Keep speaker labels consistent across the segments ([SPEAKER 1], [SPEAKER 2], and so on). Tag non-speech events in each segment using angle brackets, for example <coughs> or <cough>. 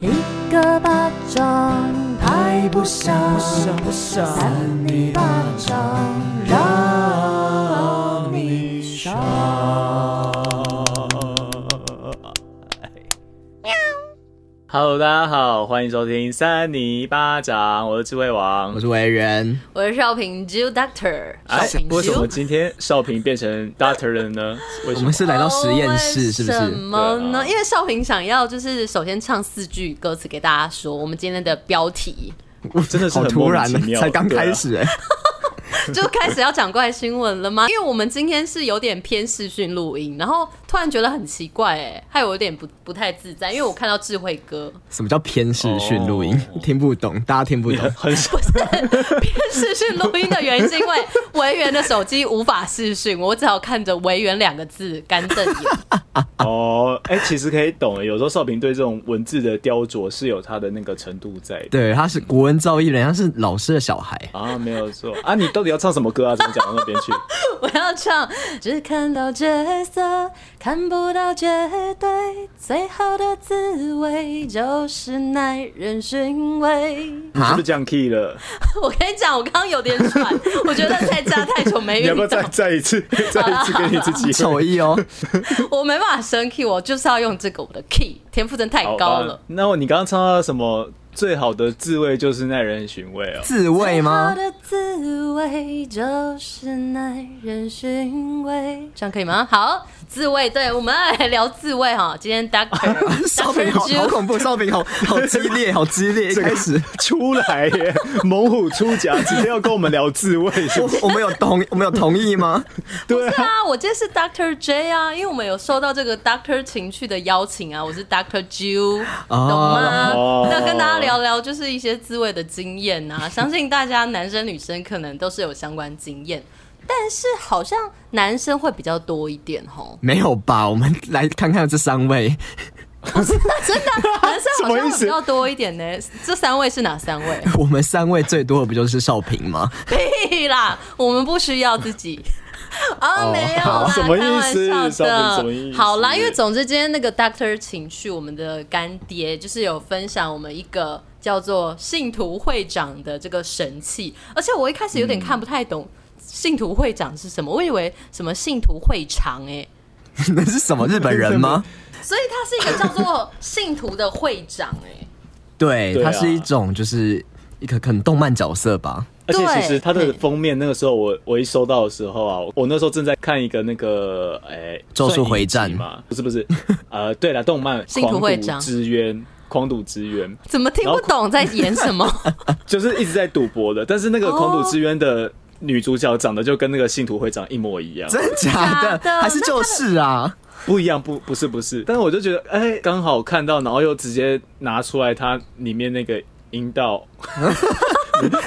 [SPEAKER 1] 一个巴掌拍不响，
[SPEAKER 2] 不想
[SPEAKER 1] 扇你巴掌让你伤。
[SPEAKER 2] Hello，大家好，欢迎收听《三尼巴掌》，我是智慧王
[SPEAKER 3] 我。是维人，
[SPEAKER 4] 我是少平 Ju Doctor，
[SPEAKER 2] 哎
[SPEAKER 4] 少平，
[SPEAKER 2] 为什么
[SPEAKER 4] Ju，
[SPEAKER 2] 今天少平变成 Doctor 了
[SPEAKER 3] <laughs>
[SPEAKER 2] 呢？为
[SPEAKER 3] 我
[SPEAKER 2] 什么
[SPEAKER 3] 们？是来到实验室，是不
[SPEAKER 4] 哦为什
[SPEAKER 3] 是？
[SPEAKER 4] 么
[SPEAKER 2] 对啊
[SPEAKER 4] 呢？因为少平想要就是首先唱四句歌词给大家说，我们今天的
[SPEAKER 3] <laughs>
[SPEAKER 4] 标题
[SPEAKER 2] 真的是
[SPEAKER 3] 好
[SPEAKER 2] 很
[SPEAKER 3] 突
[SPEAKER 2] 莫名
[SPEAKER 3] 然
[SPEAKER 2] 其
[SPEAKER 3] 呢，
[SPEAKER 2] 妙，
[SPEAKER 3] 才刚
[SPEAKER 2] 对啊
[SPEAKER 3] 开。始哎、
[SPEAKER 4] 就开始要讲怪新闻了吗？因为我们今天是有点偏视讯录音，然后突然觉得很奇怪、哎，害我有点不不太自在，因为我看到智慧
[SPEAKER 3] <laughs>
[SPEAKER 4] 哥
[SPEAKER 3] <laughs> 什么叫偏视讯录音？
[SPEAKER 2] 哦
[SPEAKER 3] 听不懂，大家听不懂。
[SPEAKER 2] 很
[SPEAKER 3] <laughs>
[SPEAKER 2] 少
[SPEAKER 4] 视讯录音的原因是因为维园的手机无法视讯，我只好看着维园两个字干瞪眼。
[SPEAKER 2] 哦，哎、其实可以懂，有时候少平对这种文字的雕琢是有他的那个程度在的
[SPEAKER 3] 对，他是国文造诣，人家是老师的小孩。
[SPEAKER 2] 啊，没有错啊。你到底要唱什么歌啊？怎么讲到那边去？
[SPEAKER 4] <laughs> 我要唱，只看到角色，看不到绝对，最好的滋味就是耐人寻
[SPEAKER 2] <laughs>
[SPEAKER 4] 味。
[SPEAKER 2] 你是
[SPEAKER 3] <laughs> 啊
[SPEAKER 2] 不是降 key 了？
[SPEAKER 4] 我跟你讲，我刚刚有点喘，我觉得在家太久没
[SPEAKER 2] 你要不要
[SPEAKER 4] 运
[SPEAKER 3] <laughs>
[SPEAKER 4] 动
[SPEAKER 2] 再，再 <laughs> 一次再一次给你一次机
[SPEAKER 3] 手
[SPEAKER 2] 会？
[SPEAKER 3] 艺哦，
[SPEAKER 4] <laughs> 我没办法升 key，我就是要用这个我的 key，天赋真太
[SPEAKER 2] 好
[SPEAKER 4] 高了
[SPEAKER 2] 吧。那你刚刚唱到什么？最好的滋味就是耐人寻味哦。
[SPEAKER 3] 自慰
[SPEAKER 4] 好
[SPEAKER 3] 吗？
[SPEAKER 4] 的滋味就是耐人寻味，这样可以吗？好，滋味，对，我们来聊滋味哈。今天 Doctor
[SPEAKER 3] <laughs>
[SPEAKER 2] <laughs>
[SPEAKER 3] 烧饼好
[SPEAKER 4] Doctor
[SPEAKER 3] 好
[SPEAKER 4] Ju
[SPEAKER 3] 恐怖，烧饼好好激 <laughs> 烈，好激烈。一开始
[SPEAKER 2] 出来耶！猛虎出闸，直接要跟我们聊自
[SPEAKER 4] <laughs>
[SPEAKER 2] 慰，是不
[SPEAKER 3] 我
[SPEAKER 2] 是？
[SPEAKER 3] 我们有同我们有同意 <laughs> 吗？，
[SPEAKER 2] 对
[SPEAKER 4] 对
[SPEAKER 2] 啊，
[SPEAKER 4] 啊，我今天是 Doctor J 啊，因为我们有收到这个 Doctor 情趣的邀请啊，我是 Doctor Ju，、懂吗
[SPEAKER 2] 哦？
[SPEAKER 4] 那跟大家聊聊就是一些滋味的经验啊，相信大家男生女生可能都是有相关经验，但是好像男生会比较多一点吼
[SPEAKER 3] 没有吧？我们来看看这三位， <laughs>
[SPEAKER 4] 真的男生
[SPEAKER 2] 什么
[SPEAKER 4] 好
[SPEAKER 2] 意
[SPEAKER 4] 像
[SPEAKER 2] 思
[SPEAKER 4] 比较多一点呢、这三位是哪三位？
[SPEAKER 3] 我们三位最多的不就是少平吗？ <laughs>
[SPEAKER 4] 屁啦，我们不需要自己。啊、
[SPEAKER 3] 哦
[SPEAKER 4] 没有
[SPEAKER 2] 好
[SPEAKER 4] 啦，
[SPEAKER 2] 什么意思
[SPEAKER 4] 开玩
[SPEAKER 2] 少
[SPEAKER 4] 笑
[SPEAKER 2] 平
[SPEAKER 4] 的。
[SPEAKER 2] 什么意思
[SPEAKER 4] 好啦，因为总之今天那个 Doctor 情绪，我们的干爹就是有分享我们一个叫做信徒会长的这个神器，而且我一开始有点看不太懂信徒会长是什么，我以为什么信徒会长哎、
[SPEAKER 2] <laughs>
[SPEAKER 3] 那是什么日本人吗？
[SPEAKER 4] 所以他是一个叫做信徒的会长哎、
[SPEAKER 3] <laughs> 对，
[SPEAKER 2] 对啊
[SPEAKER 3] 它是一种就是一个可能动漫角色吧。
[SPEAKER 2] 而且其
[SPEAKER 4] 对
[SPEAKER 2] 实它的
[SPEAKER 4] 嘿
[SPEAKER 2] 封面那个时候我，我一收到的时候啊，我那时候正在看一个那个，哎、
[SPEAKER 3] 咒术
[SPEAKER 2] 算影
[SPEAKER 3] 回战
[SPEAKER 2] 集嘛，不是不
[SPEAKER 3] <laughs>
[SPEAKER 2] 是，呃，对了，动漫《
[SPEAKER 4] 信徒
[SPEAKER 2] 狂
[SPEAKER 4] 会
[SPEAKER 2] 赌
[SPEAKER 4] 长
[SPEAKER 2] 之渊》，狂赌之渊
[SPEAKER 4] 怎么听不懂在演什么？
[SPEAKER 2] 就是一直在赌博的，但是那个
[SPEAKER 4] 哦
[SPEAKER 2] 狂赌之渊的女主角长得就跟那个信徒会长一模一样，
[SPEAKER 3] 真的假的？
[SPEAKER 4] 假的
[SPEAKER 3] 还是就是啊？
[SPEAKER 2] 不一样，不不是不是，但是我就觉得，哎、刚好看到，然后又直接拿出来它里面那个阴道。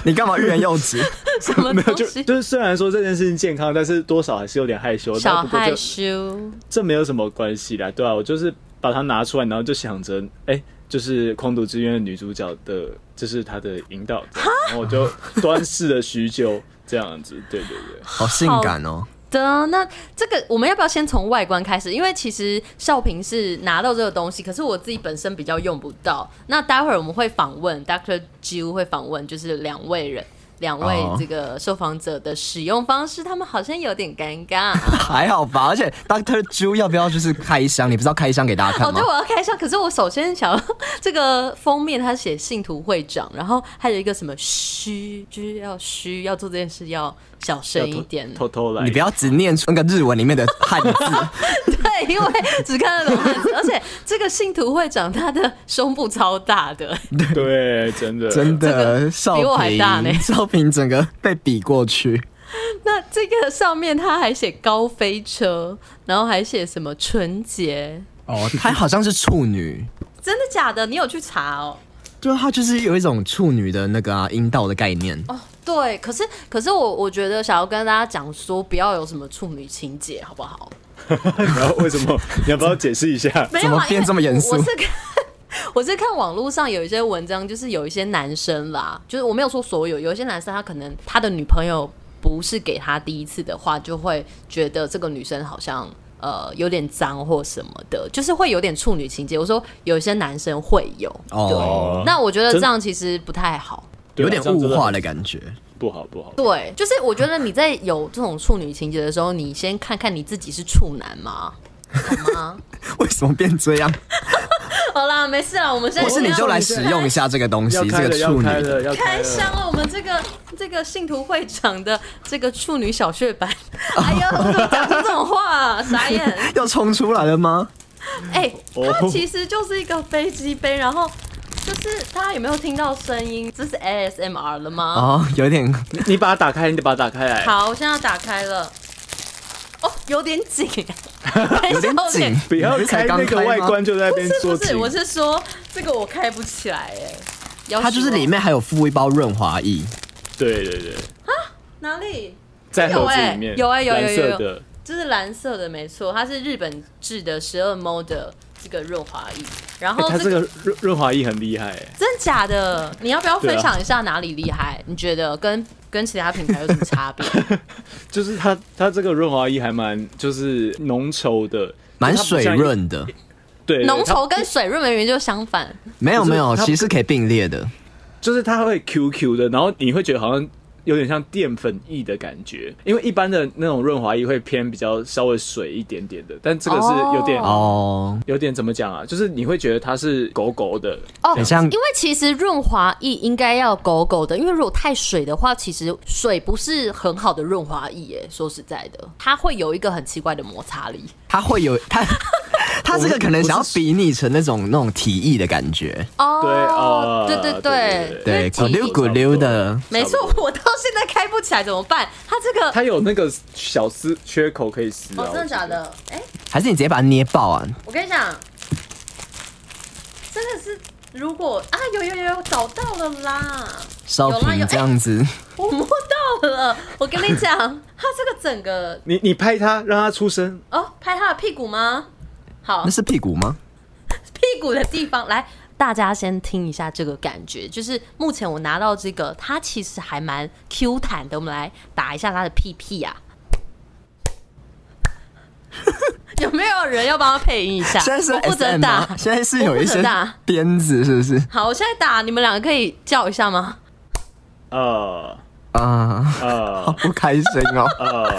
[SPEAKER 3] 你干嘛欲言又止？
[SPEAKER 4] 什么
[SPEAKER 2] 没有，<laughs>
[SPEAKER 4] 东
[SPEAKER 2] 就
[SPEAKER 4] 西？
[SPEAKER 2] 就是虽然说这件事情健康，但是多少还是有点害羞。
[SPEAKER 4] 小
[SPEAKER 2] 但不过
[SPEAKER 4] 害
[SPEAKER 2] 这
[SPEAKER 4] 羞。
[SPEAKER 2] 这没有什么关系啦，对啊，我就是把它拿出来，然后就想着，哎、就是《空独之渊》的女主角的，就是她的引导，然后我就端视了许久，这样子，对对对，
[SPEAKER 3] 好性感哦！
[SPEAKER 4] 的，那这个我们要不要先从外观开始？因为其实少平是拿到这个东西，可是我自己本身比较用不到。那待会儿我们会访问 Dr. Ju，会访问就是两位人。两位
[SPEAKER 3] 哦
[SPEAKER 4] 这个受访者的使用方式他们好像有点尴
[SPEAKER 2] <laughs>
[SPEAKER 4] 尬。
[SPEAKER 3] 还好吧，而且 Doctor Ju 要不要就是开箱？你不是要开箱给大家
[SPEAKER 4] 哦，
[SPEAKER 3] 看吗
[SPEAKER 4] 对，？我要开箱。可是我首先想要这个封面，他写信徒会长，然后还有一个什么虚，就是要虚，要做这件事要小声
[SPEAKER 2] 要
[SPEAKER 4] 一
[SPEAKER 2] 偷
[SPEAKER 4] 点。
[SPEAKER 2] 偷偷来，
[SPEAKER 3] 你不要只念出那个日文里面的汉
[SPEAKER 4] <laughs>
[SPEAKER 3] 字，
[SPEAKER 4] 对，因为只看得懂汉字，而且这个信徒会长他的胸部超大的， <laughs>
[SPEAKER 2] 对，真的
[SPEAKER 3] 真
[SPEAKER 4] 这
[SPEAKER 3] 的
[SPEAKER 4] 个
[SPEAKER 3] 少
[SPEAKER 4] 比我还大呢
[SPEAKER 3] 平，少平整个被比过去。
[SPEAKER 4] 那这个上面他还写高飞车，然后还写什么纯洁，
[SPEAKER 3] 哦，她好像是处女，
[SPEAKER 4] 真的假的？你有去查哦？
[SPEAKER 3] 对，她就是有一种处女的那个啊阴道的概念。
[SPEAKER 4] 哦，对，可是可是我我觉得想要跟大家讲说，不要有什么处女情节，好不好？
[SPEAKER 2] <laughs> 然后为什么你要不要解释一下？
[SPEAKER 4] 没
[SPEAKER 3] 怎
[SPEAKER 4] 有
[SPEAKER 3] 么
[SPEAKER 4] 啊，因
[SPEAKER 3] 变
[SPEAKER 4] 为
[SPEAKER 3] 这么严肃
[SPEAKER 4] 我是看。 <laughs> 我是看网络上有一些文章，就是有一些男生啦，就是我没有说所有，有一些男生他可能他的女朋友不是给他第一次的话，就会觉得这个女生好像呃有点脏或什么的，就是会有点处女情节。我说有一些男生会有，
[SPEAKER 3] 哦，
[SPEAKER 4] 那我觉得这
[SPEAKER 2] 真
[SPEAKER 4] 样其实不太好。
[SPEAKER 2] 对啊
[SPEAKER 3] 有点
[SPEAKER 2] 啊这样真
[SPEAKER 3] 物
[SPEAKER 2] 的
[SPEAKER 3] 化
[SPEAKER 2] 很
[SPEAKER 3] 的感觉。
[SPEAKER 2] 不好不好。
[SPEAKER 4] 对，就是我觉得你在有这种处女情节的时候，你先看看你自己是处男吗？好吗？ <laughs>
[SPEAKER 3] 为什么变这样？
[SPEAKER 4] 好啦，没事啦，我们现在
[SPEAKER 3] 不是你就来使用一下这个东西，
[SPEAKER 2] 要开
[SPEAKER 3] 这
[SPEAKER 2] 了，
[SPEAKER 3] 个
[SPEAKER 2] 要
[SPEAKER 3] 处女
[SPEAKER 2] 开
[SPEAKER 3] 的。
[SPEAKER 2] 了，要开
[SPEAKER 4] 开
[SPEAKER 2] 了。
[SPEAKER 4] 箱了我们这个这个信徒会长的这个处女小血版。 <laughs> 哎呀，我怎么讲出这种话、啊？傻眼！
[SPEAKER 3] <laughs> 要冲出来了吗？
[SPEAKER 4] 哎、
[SPEAKER 2] 哦
[SPEAKER 4] 它其实就是一个飞机杯，然后就是大家有没有听到声音？这是 ASMR 了吗？
[SPEAKER 3] 哦，有点
[SPEAKER 2] 你你把它打开，你把它打开
[SPEAKER 3] 啊
[SPEAKER 2] 来。
[SPEAKER 4] 好，我现在要打开了。哦，有点紧，
[SPEAKER 3] <laughs> 有点紧，
[SPEAKER 4] <laughs>
[SPEAKER 2] 不要
[SPEAKER 3] 你不是才
[SPEAKER 2] 开
[SPEAKER 3] 刚
[SPEAKER 2] 那个
[SPEAKER 3] 开吗
[SPEAKER 2] 外。观就在那
[SPEAKER 4] 不
[SPEAKER 2] 边
[SPEAKER 4] 是
[SPEAKER 2] 说
[SPEAKER 4] 不是，
[SPEAKER 2] 紧，
[SPEAKER 4] 我是说这个我开不起来哎、要
[SPEAKER 3] 它就是
[SPEAKER 4] 死我
[SPEAKER 3] 里面还有附一包润滑液，
[SPEAKER 2] 对对对，
[SPEAKER 4] 哪里？
[SPEAKER 2] 在盒子
[SPEAKER 4] 有欸
[SPEAKER 2] 里面，
[SPEAKER 4] 有欸有有
[SPEAKER 2] 蓝色的，
[SPEAKER 4] 有
[SPEAKER 2] 这
[SPEAKER 4] 这是蓝色的，没错，它是日本制的十二 m 的这个润滑液。然
[SPEAKER 2] 哎
[SPEAKER 4] 后
[SPEAKER 2] 它
[SPEAKER 4] 哦这
[SPEAKER 2] 这
[SPEAKER 4] 个、
[SPEAKER 2] 个润润滑液很厉害欸，
[SPEAKER 4] 真假的，你要不要
[SPEAKER 2] 对啊
[SPEAKER 4] 分享一下哪里厉害？你觉得跟跟其他品牌有什么差
[SPEAKER 2] <laughs>
[SPEAKER 4] 别？
[SPEAKER 2] 就是它它这个润滑液还蛮就是浓稠的，
[SPEAKER 3] 蛮
[SPEAKER 2] 它不像
[SPEAKER 3] 水
[SPEAKER 2] 一，
[SPEAKER 3] 润
[SPEAKER 4] 哦
[SPEAKER 3] 的。
[SPEAKER 2] 对，对
[SPEAKER 4] 浓
[SPEAKER 2] 它
[SPEAKER 4] 稠跟水润明明就相反，
[SPEAKER 3] 没有
[SPEAKER 2] 不是
[SPEAKER 3] 没有，
[SPEAKER 2] 它
[SPEAKER 3] 其实是可以并列的。
[SPEAKER 2] 就是它会 QQ 的，然后你会觉得好像有点像淀粉液的感觉，因为一般的那种润滑液会偏比较稍微水一点点的，但这个是有点、
[SPEAKER 3] 哦，
[SPEAKER 2] 有点怎么讲啊，就是你会觉得它是狗狗的，
[SPEAKER 4] 哦
[SPEAKER 3] 很像
[SPEAKER 4] 因为其实润滑液应该要狗狗的，因为如果太水的话，其实水不是很好的润滑液耶。说实在的，它会有一个很奇怪的摩擦力。
[SPEAKER 3] 它会有
[SPEAKER 4] <laughs>
[SPEAKER 3] 它。它这个可能想要
[SPEAKER 2] 我们不是
[SPEAKER 3] 比拟成那种那种提议的感觉，
[SPEAKER 4] 哦，
[SPEAKER 2] 对哦
[SPEAKER 4] 对对对
[SPEAKER 2] 对对
[SPEAKER 4] 因
[SPEAKER 3] 对，
[SPEAKER 4] 为
[SPEAKER 3] 咕
[SPEAKER 4] 记忆
[SPEAKER 3] 溜咕溜的，
[SPEAKER 4] 没错
[SPEAKER 2] 差不，
[SPEAKER 4] 我到现在开不起来怎么办？它这个
[SPEAKER 2] 它有那个小撕缺口可以撕、啊，
[SPEAKER 4] 哦，真的假
[SPEAKER 2] 我觉得？
[SPEAKER 4] 的？哎，
[SPEAKER 3] 还是你直接把它捏爆啊？
[SPEAKER 4] 我跟你讲，真的是如果啊，有有有，找到了啦，
[SPEAKER 3] 烧
[SPEAKER 4] 有啦有
[SPEAKER 3] 瓶这样子，
[SPEAKER 4] <laughs> 我摸到了。我跟你 <laughs> 讲，它这个整个
[SPEAKER 2] 你你拍它，让它出声，
[SPEAKER 4] 哦，拍它的屁股吗？好
[SPEAKER 3] 那，是屁股吗？
[SPEAKER 4] 屁股的地方来。大家先听一下这个感觉，就是目前我拿到这个，它其实还蛮 Q 弹的。我们来打一下它的屁屁啊， <laughs> 有没有人要帮他配音一下？
[SPEAKER 3] 现在是
[SPEAKER 4] 我负责
[SPEAKER 3] SM
[SPEAKER 4] 打
[SPEAKER 3] 吗？，现在是有一
[SPEAKER 4] 我负责
[SPEAKER 3] 些
[SPEAKER 4] 打
[SPEAKER 3] 鞭子，是不是？
[SPEAKER 4] 好，我现在打，你们两个可以叫一下吗？ <laughs>
[SPEAKER 2] 呃
[SPEAKER 3] 啊，好
[SPEAKER 2] 呃
[SPEAKER 3] 不开心哦。
[SPEAKER 4] <laughs>
[SPEAKER 2] 呃，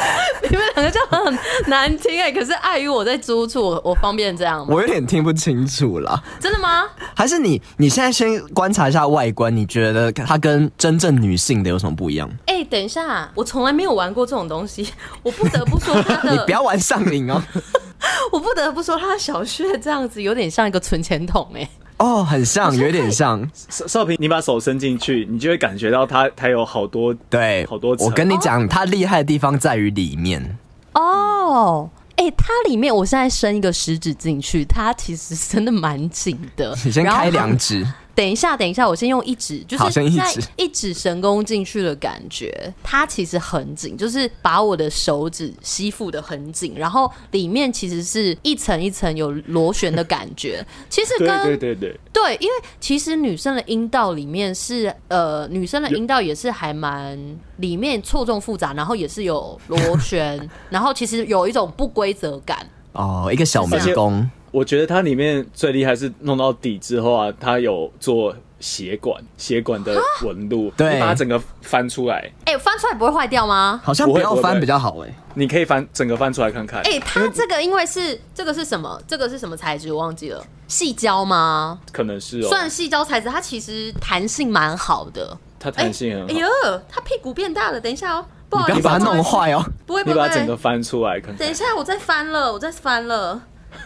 [SPEAKER 4] 你们两个叫很难听哎、可是碍于我在租屋处，我我方便这样吗？
[SPEAKER 3] 我有点听不清楚啦，
[SPEAKER 4] 真的吗？
[SPEAKER 3] 还是你你现在先观察一下外观，你觉得它跟真正女性的有什么不一样？
[SPEAKER 4] 哎、等一下，我从来没有玩过这种东西， <laughs> 我不得不说它
[SPEAKER 3] <laughs> 你
[SPEAKER 4] 的，
[SPEAKER 3] 不要玩上瘾 <laughs> 哦，
[SPEAKER 4] <laughs> 我不得不说它的小穴这样子有点像一个存钱筒哎、
[SPEAKER 3] 哦，很像，有点像，
[SPEAKER 2] 少少平，你把手伸进去，你就会感觉到它它有好多
[SPEAKER 3] 对，
[SPEAKER 2] 好多层
[SPEAKER 3] 我跟你讲，它厉害的地方在于里面，
[SPEAKER 4] 哦。哎、它里面我现在伸一个食指进去，它其实真的蛮紧的。
[SPEAKER 3] 你先
[SPEAKER 4] 然后
[SPEAKER 3] 开两
[SPEAKER 4] 很
[SPEAKER 3] 指，
[SPEAKER 4] 等一下，等一下，我先用一指，就
[SPEAKER 3] 好
[SPEAKER 4] 是
[SPEAKER 3] 先一指
[SPEAKER 4] 在一指神功进去的感觉，它其实很紧，就是把我的手指吸附的很紧，然后里面其实是一层一层有螺旋的感觉。其实
[SPEAKER 2] 对
[SPEAKER 4] 跟
[SPEAKER 2] 对对对，
[SPEAKER 4] 对因为其实女生的阴道里面是呃，女生的阴道也是还蛮里面错综复杂，然后也是有螺旋，然后其实有一种不规则感。
[SPEAKER 3] 哦，一个小迷宫，
[SPEAKER 2] 我觉得它里面最厉害是弄到底之后啊，它有做血管血管的纹路，
[SPEAKER 3] 对
[SPEAKER 2] 你把它整个翻出来，
[SPEAKER 4] 哎、翻出来不会坏掉吗？
[SPEAKER 3] 好像
[SPEAKER 2] 不
[SPEAKER 3] 不
[SPEAKER 2] 会
[SPEAKER 3] 要
[SPEAKER 2] 不会不
[SPEAKER 3] 翻
[SPEAKER 2] 会
[SPEAKER 3] 比较好哎，
[SPEAKER 2] 你可以翻整个翻出来看看。
[SPEAKER 4] 哎、它这个因为是这个是什么？这个是什么材质？我忘记了，细胶吗？
[SPEAKER 2] 可能是哦，
[SPEAKER 3] 啊
[SPEAKER 4] 算细胶材质，它其实弹性蛮好的。
[SPEAKER 2] 它弹性很好，
[SPEAKER 4] 哎呦，它屁股变大了，等一下哦，不
[SPEAKER 3] 你
[SPEAKER 4] 好
[SPEAKER 3] 不
[SPEAKER 4] 意
[SPEAKER 3] 要
[SPEAKER 4] 思，
[SPEAKER 3] 把它弄坏哦。
[SPEAKER 4] 不会不
[SPEAKER 2] 你
[SPEAKER 4] 会
[SPEAKER 2] 把它整
[SPEAKER 4] 不
[SPEAKER 2] 个
[SPEAKER 4] 会，
[SPEAKER 2] 翻出来看
[SPEAKER 4] 等
[SPEAKER 2] 看
[SPEAKER 4] 一。下我再翻了，我再翻了。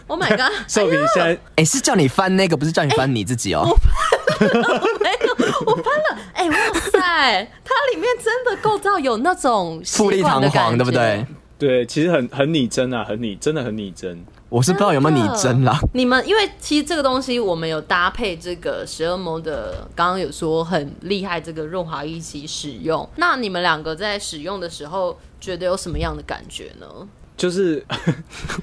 [SPEAKER 4] Oh my
[SPEAKER 3] <laughs>
[SPEAKER 4] god！
[SPEAKER 2] 少平现在
[SPEAKER 3] 哎，是叫你翻那个，不是叫你翻你自己哦。
[SPEAKER 4] 哎呦，我翻了，哎、哇塞，它里面真的构造有那种
[SPEAKER 3] 富丽堂皇，对不对？？
[SPEAKER 2] 对，其实很很拟真啊，很拟，真的很拟真。
[SPEAKER 3] 我是不知道有没有拟真啦，
[SPEAKER 4] 你们因为其实这个东西我们有搭配这个十二摩的，刚刚有说很厉害这个润滑一起使用。那你们两个在使用的时候，觉得有什么样的感觉呢？
[SPEAKER 2] 就是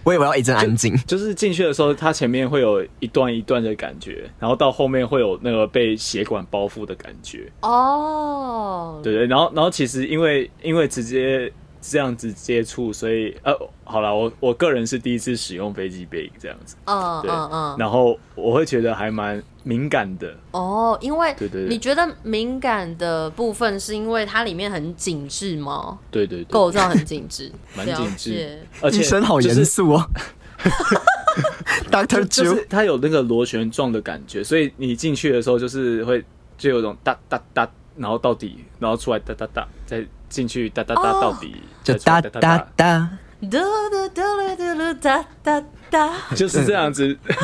[SPEAKER 3] 我以为要一阵安静。
[SPEAKER 2] 就是进去的时候，它前面会有一段一段的感觉，然后到后面会有那个被血管包覆的感觉。
[SPEAKER 4] 哦，
[SPEAKER 2] 对对，然后然后其实因为因为直接这样子接触，所以呃，好了，我我个人是第一次使用飞机杯这样子，
[SPEAKER 4] 嗯
[SPEAKER 2] 对，
[SPEAKER 4] 嗯嗯，
[SPEAKER 2] 然后我会觉得还蛮敏感的，
[SPEAKER 4] 哦，因为
[SPEAKER 2] 对对对
[SPEAKER 4] 你觉得敏感的部分是因为它里面很紧致吗？
[SPEAKER 2] 对对对，
[SPEAKER 4] 构造很紧致，
[SPEAKER 2] <laughs> 蛮
[SPEAKER 4] 了
[SPEAKER 2] 紧致
[SPEAKER 4] 解，
[SPEAKER 2] 而且
[SPEAKER 3] 医生好
[SPEAKER 2] 就是
[SPEAKER 3] 严肃 <laughs> 哦。Doctor
[SPEAKER 2] 就
[SPEAKER 3] Ju，
[SPEAKER 2] 是它有那个螺旋状的感觉，所以你进去的时候就是会就有种哒哒哒，然后到底，然后出来哒哒哒，再进去哒哒哒
[SPEAKER 4] 哦
[SPEAKER 2] 到底，
[SPEAKER 3] 就
[SPEAKER 2] 再出来
[SPEAKER 3] 哒哒哒。
[SPEAKER 4] <laughs> 哒哒哒哒哒哒哒哒，
[SPEAKER 2] 就是这样子。
[SPEAKER 3] 嗯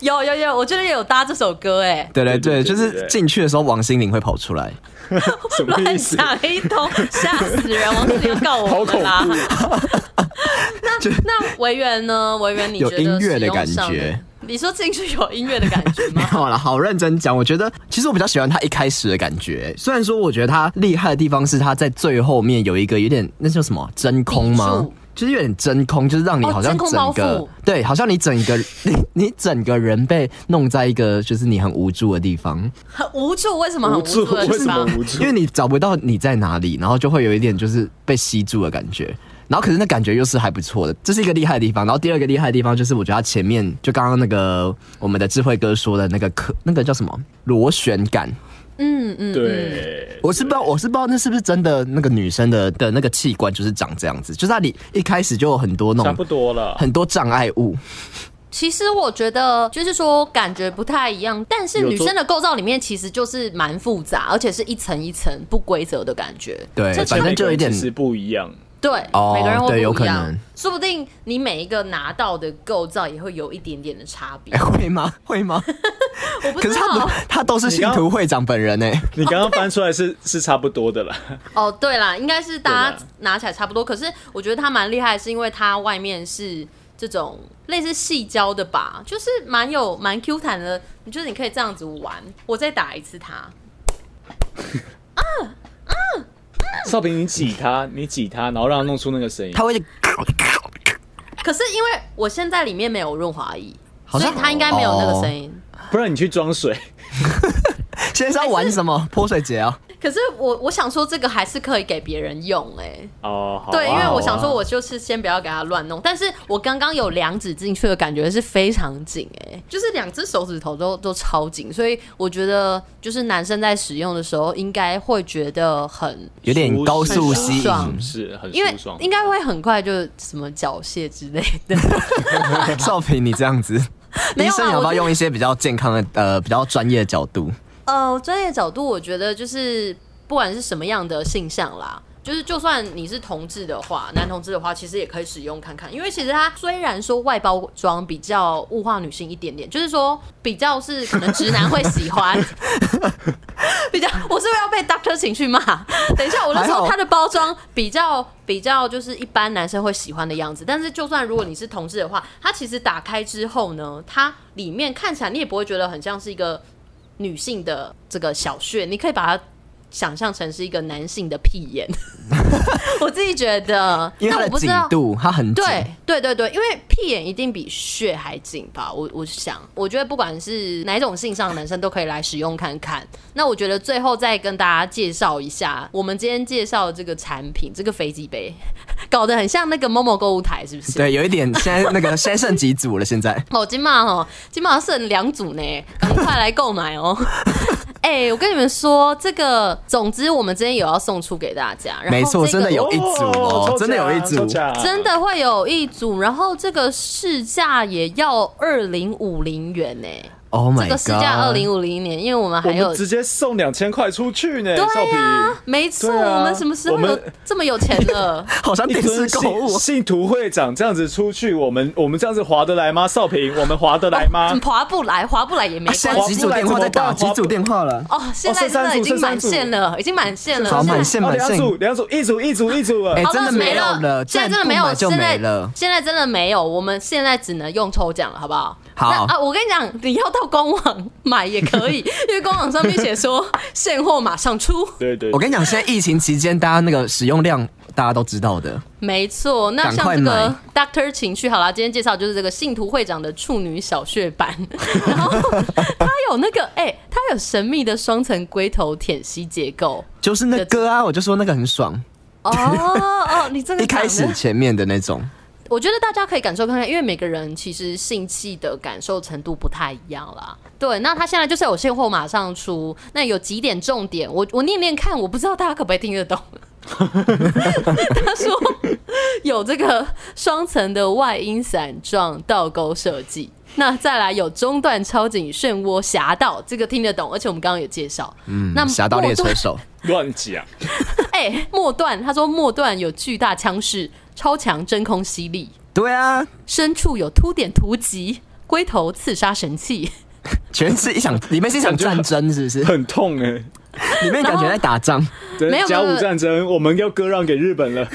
[SPEAKER 4] 有有有，我觉得也有搭这首歌哎，
[SPEAKER 3] 对对
[SPEAKER 2] 对对对
[SPEAKER 3] 对，就是进去的时候，王心凌会跑出来。
[SPEAKER 2] <laughs>
[SPEAKER 3] <laughs>
[SPEAKER 2] 什么意
[SPEAKER 4] 乱
[SPEAKER 2] 思？
[SPEAKER 4] 讲一通，吓死人！王志凌要告我们啦。 <laughs> 那维园呢？维园，你
[SPEAKER 3] 啊有
[SPEAKER 4] 觉得
[SPEAKER 3] 音乐的
[SPEAKER 4] 使用
[SPEAKER 3] 感
[SPEAKER 4] 上
[SPEAKER 3] 觉
[SPEAKER 4] 的？你说进去有音乐的感觉吗？
[SPEAKER 3] <laughs> 好了，好认真讲，我觉得其实我比较喜欢他一开始的感觉。虽然说我觉得他厉害的地方是他在最后面有一个有点那叫什么真空
[SPEAKER 4] 抵
[SPEAKER 3] 吗
[SPEAKER 4] 触？
[SPEAKER 3] 就是有点真空，就是让你
[SPEAKER 4] 哦
[SPEAKER 3] 好像
[SPEAKER 4] 真空包
[SPEAKER 3] 整个、
[SPEAKER 4] 覆
[SPEAKER 3] 对，好像你整个你你整个人被弄在一个就是你很无助的地方，
[SPEAKER 4] 很无助，为什么很
[SPEAKER 2] 无
[SPEAKER 4] 无助
[SPEAKER 2] 助？
[SPEAKER 4] 的
[SPEAKER 2] 为
[SPEAKER 4] 地
[SPEAKER 2] 什么
[SPEAKER 4] 方？
[SPEAKER 2] 无助
[SPEAKER 3] 因？为你找不到你在哪里，然后就会有一点就是被吸住的感觉。然后可是那感觉又是还不错的，这是一个厉害的地方。然后第二个厉害的地方就是，我觉得他前面就刚刚那个我们的智慧哥说的那个可那个叫什么螺旋感，
[SPEAKER 4] 嗯嗯，嗯，
[SPEAKER 2] 对，
[SPEAKER 3] 我是不知道，我是不知道那是不是真的那个女生的的那个器官就是长这样子，就是那里一开始就有很多那
[SPEAKER 2] 差不
[SPEAKER 3] 种
[SPEAKER 2] 多了。
[SPEAKER 3] 很多障碍物，
[SPEAKER 4] 其实我觉得就是说感觉不太一样，但是
[SPEAKER 2] 有
[SPEAKER 4] 女
[SPEAKER 2] 做
[SPEAKER 4] 生的构造里面其实就是蛮复杂，而且是一层一层不规则的感觉。
[SPEAKER 3] 对，
[SPEAKER 4] 这
[SPEAKER 3] 反正就有一点
[SPEAKER 2] 是不一样。
[SPEAKER 4] 对，
[SPEAKER 3] 哦
[SPEAKER 4] 每个人会不
[SPEAKER 3] 对有可
[SPEAKER 4] 一样
[SPEAKER 3] 能，
[SPEAKER 4] 说不定你每一个拿到的构造也会有一点点的差别
[SPEAKER 3] 哎、。会吗？会吗？
[SPEAKER 4] 我不
[SPEAKER 3] 可
[SPEAKER 4] 知
[SPEAKER 3] 是他
[SPEAKER 4] 道
[SPEAKER 3] 不，他都是信徒会长本人哎、
[SPEAKER 2] 你刚刚翻出来是是差不多的啦。
[SPEAKER 4] 哦，对啦，应该是大家
[SPEAKER 2] 对啦
[SPEAKER 4] 拿起来差不多。可是我觉得它蛮厉害，是因为它外面是这种类似细胶的吧，就是蛮有蛮 Q 弹的。你就是你可以这样子玩，我再打一次它。
[SPEAKER 2] 少平，你挤它，你挤它，然后让它弄出那个声音
[SPEAKER 3] 他。会一直
[SPEAKER 4] 可是因为我现在里面没有润滑液，
[SPEAKER 3] 好
[SPEAKER 4] 所以
[SPEAKER 3] 像哦
[SPEAKER 4] 它应该没有那个声音。
[SPEAKER 2] 不然你去装水，
[SPEAKER 3] 现在是要玩什么泼水节啊？
[SPEAKER 4] 可是我我想说，这个还是可以给别人用哎、
[SPEAKER 2] 哦，好啊
[SPEAKER 4] 对，因为
[SPEAKER 2] 好啊
[SPEAKER 4] 我想说，我就是先不要给它乱弄。但是我刚刚有两指进去的感觉是非常紧，哎，就是两只手指头都都超紧，所以我觉得就是男生在使用的时候应该会觉得很，
[SPEAKER 3] 有点高速
[SPEAKER 4] 很
[SPEAKER 3] 吸
[SPEAKER 4] 舒爽
[SPEAKER 3] 引，
[SPEAKER 2] 是很
[SPEAKER 4] 因为
[SPEAKER 2] 舒爽
[SPEAKER 4] 应。该会很快就什么缴械之类的。
[SPEAKER 3] <laughs> 少平你这样子，
[SPEAKER 4] 没
[SPEAKER 3] 医
[SPEAKER 4] 有啊
[SPEAKER 3] 生有没
[SPEAKER 4] 我
[SPEAKER 3] 有
[SPEAKER 4] 是
[SPEAKER 3] 用一些比较健康的呃比较专业的角度？
[SPEAKER 4] 呃，专业角度，我觉得就是不管是什么样的性向啦。就是，就算你是同志的话，男同志的话，其实也可以使用看看，因为其实它虽然说外包装比较物化女性一点点，就是说比较是可能直男会喜
[SPEAKER 3] <laughs>
[SPEAKER 4] 欢，比较我是不是要被 Doctor 情绪骂？等一下，我就
[SPEAKER 3] 还
[SPEAKER 4] 说
[SPEAKER 3] 好
[SPEAKER 4] 它的包装比较比较就是一般男生会喜欢的样子，但是就算如果你是同志的话，它其实打开之后呢，它里面看起来你也不会觉得很像是一个女性的这个小穴，你可以把它想象成是一个男性的屁
[SPEAKER 3] <laughs>
[SPEAKER 4] 眼。我自己觉得，
[SPEAKER 3] 因为
[SPEAKER 4] 但
[SPEAKER 3] 它
[SPEAKER 4] 我不
[SPEAKER 3] 的
[SPEAKER 4] 知
[SPEAKER 3] 紧
[SPEAKER 4] 道。
[SPEAKER 3] 度，它很紧，
[SPEAKER 4] 对对对对，因为屁眼一定比血还紧吧？我我想，我觉得不管是哪一种性上的男生都可以来使用看看。那我觉得最后再跟大家介绍一下，我们今天介绍的这个产品，这个飞机杯， <laughs> 搞得很像那个某某购物台，是不是？
[SPEAKER 3] 对，有一点现在那个现在剩几组了？现
[SPEAKER 4] <laughs>
[SPEAKER 3] 在
[SPEAKER 4] 哦，今嘛哦，今嘛剩两组呢，赶快来购买哦！ <laughs> 哎、我跟你们说，这个，总之我们今天有要送出给大家，然后
[SPEAKER 3] 没错
[SPEAKER 4] 这个
[SPEAKER 3] 真的有一组
[SPEAKER 2] 抽
[SPEAKER 3] 哦
[SPEAKER 2] 奖
[SPEAKER 3] 真的有一组
[SPEAKER 2] 抽奖
[SPEAKER 4] 真的会有一组，然后这个市价也要二零五零元呢、
[SPEAKER 3] ，Oh my god，
[SPEAKER 4] 这个市价二零五零年，因为我们
[SPEAKER 2] 我
[SPEAKER 4] 还有
[SPEAKER 2] 们直接送两千块出去呢，少
[SPEAKER 4] 对啊呀、
[SPEAKER 2] 平。
[SPEAKER 4] 没错，
[SPEAKER 2] 对啊
[SPEAKER 4] 我们什么时候
[SPEAKER 2] 我们
[SPEAKER 4] 有这么有钱了？
[SPEAKER 3] 好像
[SPEAKER 2] 一
[SPEAKER 3] <laughs> 电视
[SPEAKER 2] 尊
[SPEAKER 3] 购物
[SPEAKER 2] 信，信徒会长这样子出去，我们我们这样子划得来吗？少平，我们划得 <laughs> 来吗？
[SPEAKER 3] <laughs>
[SPEAKER 4] 嗯划不来，划不来也没
[SPEAKER 3] 啊
[SPEAKER 4] 关
[SPEAKER 3] 现
[SPEAKER 4] 系
[SPEAKER 3] 在。几组电话在打，
[SPEAKER 2] 划不来怎
[SPEAKER 3] 几
[SPEAKER 2] 么办
[SPEAKER 3] 组电话了。
[SPEAKER 4] 哦，现在
[SPEAKER 2] 剩
[SPEAKER 4] 真
[SPEAKER 2] 三
[SPEAKER 4] 的
[SPEAKER 2] 组
[SPEAKER 4] 已经
[SPEAKER 2] 剩三
[SPEAKER 4] 满
[SPEAKER 2] 组
[SPEAKER 4] 线了，已经满线了，
[SPEAKER 3] 好
[SPEAKER 4] 现在
[SPEAKER 3] 满线
[SPEAKER 2] 哦，
[SPEAKER 3] 满
[SPEAKER 2] 两
[SPEAKER 3] 线，
[SPEAKER 2] 组，两组，一组，一组，一组啊了。
[SPEAKER 3] <laughs> 哎
[SPEAKER 4] 好
[SPEAKER 3] 真的没
[SPEAKER 4] 哦
[SPEAKER 3] 有
[SPEAKER 4] 没
[SPEAKER 3] 了
[SPEAKER 4] 现在
[SPEAKER 3] 再
[SPEAKER 4] 真的
[SPEAKER 3] 不
[SPEAKER 4] 没有，
[SPEAKER 3] 买就
[SPEAKER 4] 现在
[SPEAKER 3] 没了
[SPEAKER 4] 现在真的没有，我们现在只能用抽奖了，好不好？
[SPEAKER 3] 好
[SPEAKER 4] 那啊，我跟你讲，你要到官网买也
[SPEAKER 3] <laughs>
[SPEAKER 4] 可以，因为官网上面写说现货马上出，
[SPEAKER 2] 对对，
[SPEAKER 3] 我跟你讲，现在疫情期间，大家那个使用量大家都知道的，
[SPEAKER 4] 没错。那
[SPEAKER 3] 赶
[SPEAKER 4] 像
[SPEAKER 3] 快
[SPEAKER 4] 这个 Doctor 情绪，好啦，今天介绍就是这个信徒会长的处女小穴版， <laughs> 然后它有那个哎、它有神秘的双层龟头舔吸结构。
[SPEAKER 3] 就是那个啊，我就说那个很爽，
[SPEAKER 4] 哦哦，你这
[SPEAKER 3] <laughs>
[SPEAKER 4] 个
[SPEAKER 3] 一开
[SPEAKER 4] 讲
[SPEAKER 3] 始
[SPEAKER 4] 得
[SPEAKER 3] 前面的那种，
[SPEAKER 4] 我觉得大家可以感受看看，因为每个人其实性器的感受程度不太一样啦。对，那他现在就是有现货马上出，那有几点重点，我我念念看，我不知道大家可不可以听得懂。他说有这个双层的外阴伞状倒钩设计，那再来有中段超紧漩涡侠盗，这个听得懂，而且我们刚刚有介绍。嗯，那
[SPEAKER 3] 侠盗猎
[SPEAKER 4] 末
[SPEAKER 3] 车
[SPEAKER 4] 段
[SPEAKER 3] 手，
[SPEAKER 2] 乱讲，
[SPEAKER 4] 哎、末段他说末段有巨大枪势，超强真空吸力，
[SPEAKER 3] 对啊，
[SPEAKER 4] 深处有凸点图集，龟头刺杀神器。
[SPEAKER 3] 全是一场，里面是一场战争，是不
[SPEAKER 4] <laughs>
[SPEAKER 3] 是？
[SPEAKER 2] 很痛哎、
[SPEAKER 3] 里面感觉在打仗，
[SPEAKER 2] 真
[SPEAKER 4] 没
[SPEAKER 2] 的
[SPEAKER 4] 有
[SPEAKER 2] 甲
[SPEAKER 4] 没有
[SPEAKER 2] 午战争，我们要割让给日本了。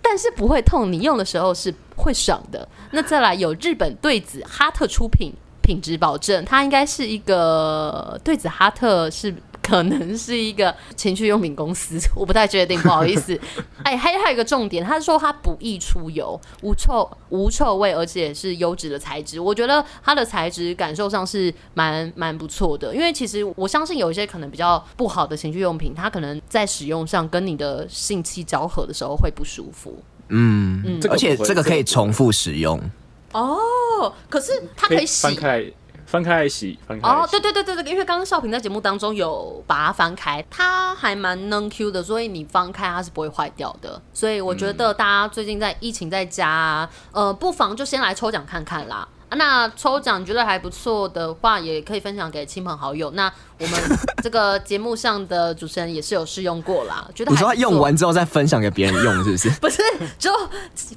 [SPEAKER 4] 但是不会痛，你用的时候是会爽的。那再来有日本对子哈特出品，品质保证，它应该是一个对子哈特是。可能是一个情趣用品公司，我不太确定，不好意思。哎，还还有一个重点，他说它不易出油，无臭无臭味，而且是优质的材质。我觉得它的材质感受上是蛮蛮不错的，因为其实我相信有一些可能比较不好的情趣用品，它可能在使用上跟你的性器交合的时候会不舒服。
[SPEAKER 3] 嗯，
[SPEAKER 2] 这个
[SPEAKER 3] 而且
[SPEAKER 2] 不会
[SPEAKER 3] 这个可以重复使用，
[SPEAKER 4] 哦，可是它可以洗
[SPEAKER 2] 翻开，翻开来洗，翻开来洗。
[SPEAKER 4] 哦，对对对对对，因为刚刚少平在节目当中有把它翻开，它还蛮能 Q 的，所以你翻开它是不会坏掉的。所以我觉得大家最近在疫情在家啊，呃，不妨就先来抽奖看看啦。啊那抽奖觉得还不错的话，也可以分享给亲朋好友。那我们这个节目上的主持人也是有试用过啦，觉得
[SPEAKER 3] 你
[SPEAKER 4] 还
[SPEAKER 3] 说它
[SPEAKER 4] 不错
[SPEAKER 3] 用完之后再分享给别人用，是
[SPEAKER 4] <laughs>
[SPEAKER 3] 不是？
[SPEAKER 4] 不是就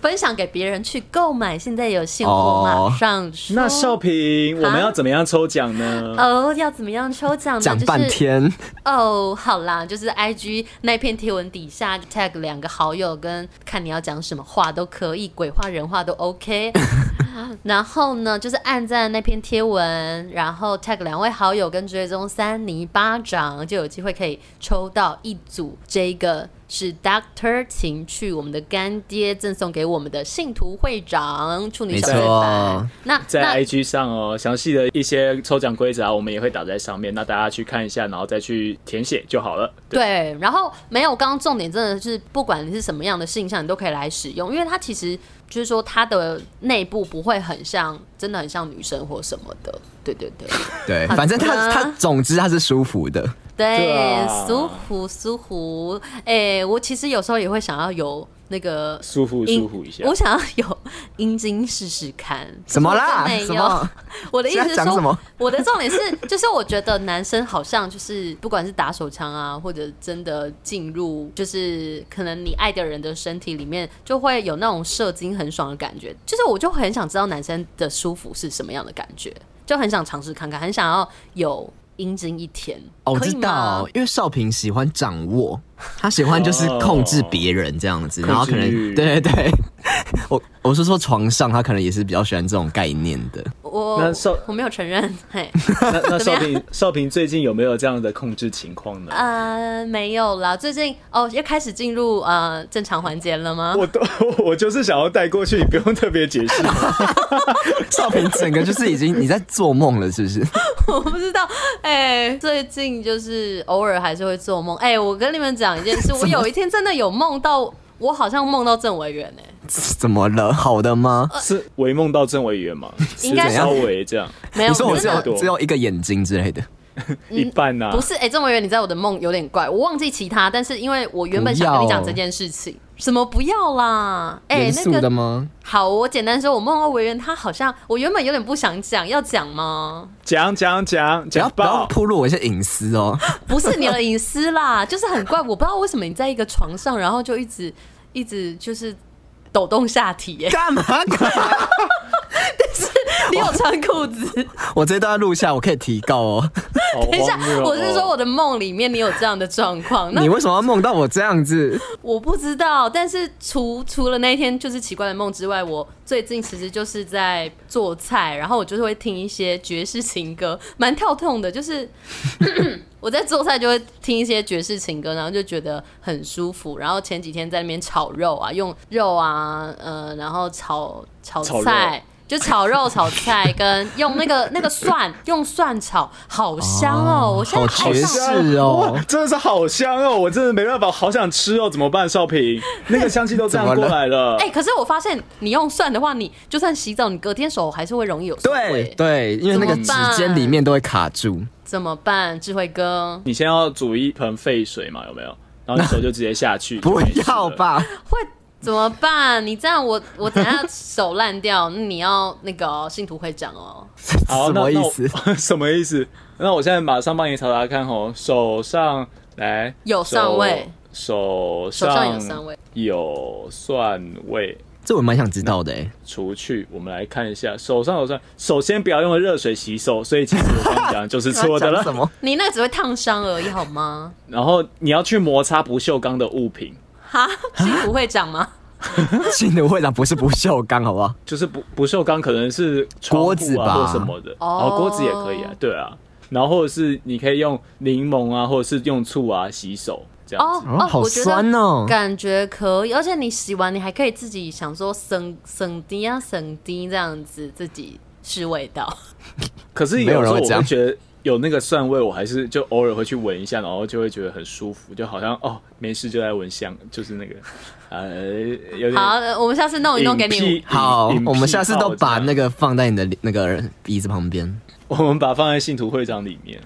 [SPEAKER 4] 分享给别人去购买，现在有现货
[SPEAKER 3] 哦
[SPEAKER 4] 马上收。
[SPEAKER 2] 那少平，我们要怎么样抽奖呢？
[SPEAKER 4] 哦，要怎么样抽奖呢？
[SPEAKER 3] 讲半
[SPEAKER 4] 就是 <laughs>
[SPEAKER 3] 天，
[SPEAKER 4] 哦，好啦，就是 I G 那篇贴文底下 tag 两个好友，跟看你要讲什么话都可以，鬼话人话都
[SPEAKER 3] <laughs>
[SPEAKER 4] OK。然后呢，就是按赞那篇贴文，然后 tag 两位好友跟追踪三尼巴掌，就有机会可以抽到一组这个是 Doctor 情趣我们的干爹赠送给我们的信徒会长处女
[SPEAKER 3] 没
[SPEAKER 4] 小月
[SPEAKER 3] 错
[SPEAKER 4] 版。，那
[SPEAKER 2] 在
[SPEAKER 4] 那
[SPEAKER 2] IG 上哦，详细的一些抽奖规则啊，我们也会打在上面，那大家去看一下，然后再去填写就好了。
[SPEAKER 4] 对，然后没有，刚刚重点真的是，不管你是什么样的性向，你都可以来使用，因为它其实就是说它的内部不会很像，真的很像女生或什么的。对对
[SPEAKER 3] <laughs>
[SPEAKER 4] 对
[SPEAKER 3] 对，反正它
[SPEAKER 4] 的嗯
[SPEAKER 3] 它总之它是舒服的，
[SPEAKER 2] 对
[SPEAKER 4] 对，
[SPEAKER 2] 啊
[SPEAKER 4] 舒服舒服。哎、我其实有时候也会想要有那个
[SPEAKER 2] 舒服
[SPEAKER 4] 阴
[SPEAKER 2] 舒服一下
[SPEAKER 4] 我想要有 <laughs> 阴茎试试看。
[SPEAKER 3] 什么啦哦
[SPEAKER 4] 可是我真
[SPEAKER 3] 什 <laughs>
[SPEAKER 4] 没有
[SPEAKER 3] 么？
[SPEAKER 4] 我的意思
[SPEAKER 3] 现
[SPEAKER 4] 是
[SPEAKER 3] 在讲什
[SPEAKER 4] 说
[SPEAKER 3] 么，
[SPEAKER 4] <laughs> 我的重点是，就是我觉得男生好像就是不管是打手枪啊，或者真的进入，就是可能你爱的人的身体里面，就会有那种射精很爽的感觉。就是我就很想知道男生的舒服是什么样的感觉，就很想尝试看看，很想要有阴茎一天，
[SPEAKER 3] 哦，我
[SPEAKER 4] 可
[SPEAKER 3] 知
[SPEAKER 4] 以吗
[SPEAKER 3] 道？，因为少平喜欢掌握，他喜欢就是控制别人这样子，然后可能
[SPEAKER 2] 哦控制欲
[SPEAKER 3] 对对对， <laughs> 我我是说床上他可能也是比较喜欢这种概念
[SPEAKER 4] <laughs>
[SPEAKER 3] 的，
[SPEAKER 4] 我
[SPEAKER 2] 那少
[SPEAKER 4] 我没有承认，
[SPEAKER 3] <laughs>
[SPEAKER 4] 嘿。
[SPEAKER 2] 那那
[SPEAKER 4] 怎么
[SPEAKER 2] 少
[SPEAKER 4] 样
[SPEAKER 2] 平，少平最近有没有这样的控制情况呢？
[SPEAKER 4] 呃，没有啦，最近哦，又开始进入呃正常环节了吗？
[SPEAKER 2] 我都我就是想要带过去，你不用特别解释。
[SPEAKER 3] 少平整个就是已经你在做梦了，是不是？ <laughs>
[SPEAKER 4] 我不知道，哎、最近就是偶尔还是会做梦。哎、我跟你们讲一件
[SPEAKER 3] <laughs>
[SPEAKER 4] 事，我有一天真的有梦到，我好像梦到郑委员哎、
[SPEAKER 3] 怎么了？好的吗？
[SPEAKER 2] 是为梦到郑委员吗？
[SPEAKER 4] 应该
[SPEAKER 3] 是
[SPEAKER 4] 是
[SPEAKER 2] 稍微这样
[SPEAKER 4] 没有，
[SPEAKER 3] 你说我只
[SPEAKER 4] 真
[SPEAKER 3] 有
[SPEAKER 4] 的
[SPEAKER 2] 这样
[SPEAKER 3] 只有一个眼睛之类的，
[SPEAKER 2] 一半呐、啊
[SPEAKER 4] 不，是哎、郑委员，你在我的梦有点怪，我忘记其他，但是因为我原本想跟你讲这件事情，什么不要啦，哎、
[SPEAKER 3] 严
[SPEAKER 4] 那
[SPEAKER 3] 肃的
[SPEAKER 4] 个
[SPEAKER 3] 吗？
[SPEAKER 4] 好，我简单说，我梦到委员他好像，我原本有点不想讲，要讲吗？
[SPEAKER 2] 讲讲讲
[SPEAKER 3] 不要
[SPEAKER 2] 讲
[SPEAKER 3] 不要
[SPEAKER 2] 爆，
[SPEAKER 3] 暴露我一些隐私
[SPEAKER 4] <laughs>
[SPEAKER 3] 哦。
[SPEAKER 4] 不是你的隐私啦，就是很怪，我不知道为什么你在一个床上，然后就一直一直就是抖动下体、欸耶。
[SPEAKER 3] 干嘛？
[SPEAKER 4] 你有穿裤子？
[SPEAKER 3] 我这段要录下，我可以提告哦。
[SPEAKER 2] 好
[SPEAKER 4] 等一下
[SPEAKER 2] 荒谬，哦
[SPEAKER 4] 我是说我的梦里面你有这样的状况，那
[SPEAKER 3] 你为什么要梦到我这样子？
[SPEAKER 4] 我不知道。但是除除了那一天就是奇怪的梦之外，我最近其实就是在做菜，然后我就是会听一些爵士情歌，蛮跳痛的。就是 <coughs> 我在做菜就会听一些爵士情歌，然后就觉得很舒服。然后前几天在那边炒肉啊，用肉啊，呃，然后炒炒
[SPEAKER 2] 炒肉
[SPEAKER 4] 菜。就炒肉、炒菜，跟用那个那个蒜，用蒜炒，好香哦！我现在
[SPEAKER 3] 好
[SPEAKER 4] 好
[SPEAKER 3] 绝
[SPEAKER 4] 想
[SPEAKER 3] 世哦
[SPEAKER 2] 哇！真的是好香哦！我真的没办法，好想吃哦，怎么办？少平，那个香气都这样
[SPEAKER 3] 怎么
[SPEAKER 2] 过
[SPEAKER 3] 了
[SPEAKER 2] 来了。
[SPEAKER 4] 哎、可是我发现你用蒜的话，你就算洗澡，你隔天手还是会容易有蒜
[SPEAKER 3] 对
[SPEAKER 4] 味
[SPEAKER 3] 对，因为那个
[SPEAKER 4] 怎么办
[SPEAKER 3] 指尖里面都会卡住。
[SPEAKER 4] 怎么办？智慧哥
[SPEAKER 2] 你先要煮一盆沸水嘛，有没有？然后你手就直接下去，
[SPEAKER 3] <laughs> 不
[SPEAKER 2] 就没事
[SPEAKER 4] 啊
[SPEAKER 3] 要
[SPEAKER 2] 了？
[SPEAKER 3] 吧？
[SPEAKER 4] 会怎么办？你这样我我等下手烂掉，那你要那个哦信徒会长哦。
[SPEAKER 2] 好，
[SPEAKER 3] 什
[SPEAKER 2] 那
[SPEAKER 3] 么
[SPEAKER 2] 那
[SPEAKER 3] 意
[SPEAKER 2] 我
[SPEAKER 3] 思？
[SPEAKER 2] 什么意思？那我现 <laughs> 在马上帮你查查看哦，手上来
[SPEAKER 4] 有蒜味，
[SPEAKER 2] 手手
[SPEAKER 4] 手上有
[SPEAKER 2] 上
[SPEAKER 4] 蒜味，
[SPEAKER 2] 有蒜味。
[SPEAKER 3] 这我蛮想知道的哎。
[SPEAKER 2] 除去，我们来看一下手上有蒜。首先不要用热水洗手，所以其实我刚刚讲的就是错
[SPEAKER 3] <laughs>
[SPEAKER 2] 的了
[SPEAKER 3] 讲。什么？
[SPEAKER 4] 你那个只会烫伤而已，好吗？
[SPEAKER 2] 然后你要去摩擦不锈钢的物品，
[SPEAKER 4] 哈， <laughs> 信徒会长吗？
[SPEAKER 3] 新的会长不是不锈钢，好不好？
[SPEAKER 2] 就是不不锈钢可能是窗户啊
[SPEAKER 3] 锅子吧
[SPEAKER 2] 或什么的，
[SPEAKER 4] 哦
[SPEAKER 2] 锅子也可以啊，对啊。然后或者是你可以用柠檬啊，或者是用醋啊洗手这样
[SPEAKER 4] 哦
[SPEAKER 2] 子。
[SPEAKER 3] 哦好
[SPEAKER 4] 我觉得
[SPEAKER 3] 酸哦
[SPEAKER 4] 感觉可以，而且你洗完你还可以自己想说省省滴啊省滴这样子自己试味道。
[SPEAKER 2] 可是
[SPEAKER 3] 没有
[SPEAKER 2] 时
[SPEAKER 3] 人
[SPEAKER 2] 候
[SPEAKER 3] 会
[SPEAKER 2] 我
[SPEAKER 3] 这
[SPEAKER 2] 会
[SPEAKER 3] 样
[SPEAKER 2] 觉得有那个蒜味，我还是就偶尔会去闻一下，然后就会觉得很舒服，就好像哦没事就在闻香，就是那个 <laughs> 呃有点
[SPEAKER 4] 好，呃我们下次弄一弄给
[SPEAKER 2] 引
[SPEAKER 4] <laughs> 你 <laughs>
[SPEAKER 2] 屁。
[SPEAKER 3] 好
[SPEAKER 2] 引引，
[SPEAKER 3] 我们下次
[SPEAKER 2] 屁泡
[SPEAKER 3] 都把
[SPEAKER 2] 这样
[SPEAKER 3] 那个放在你的那个椅子旁边。
[SPEAKER 2] 我们把它放在信徒会长里面。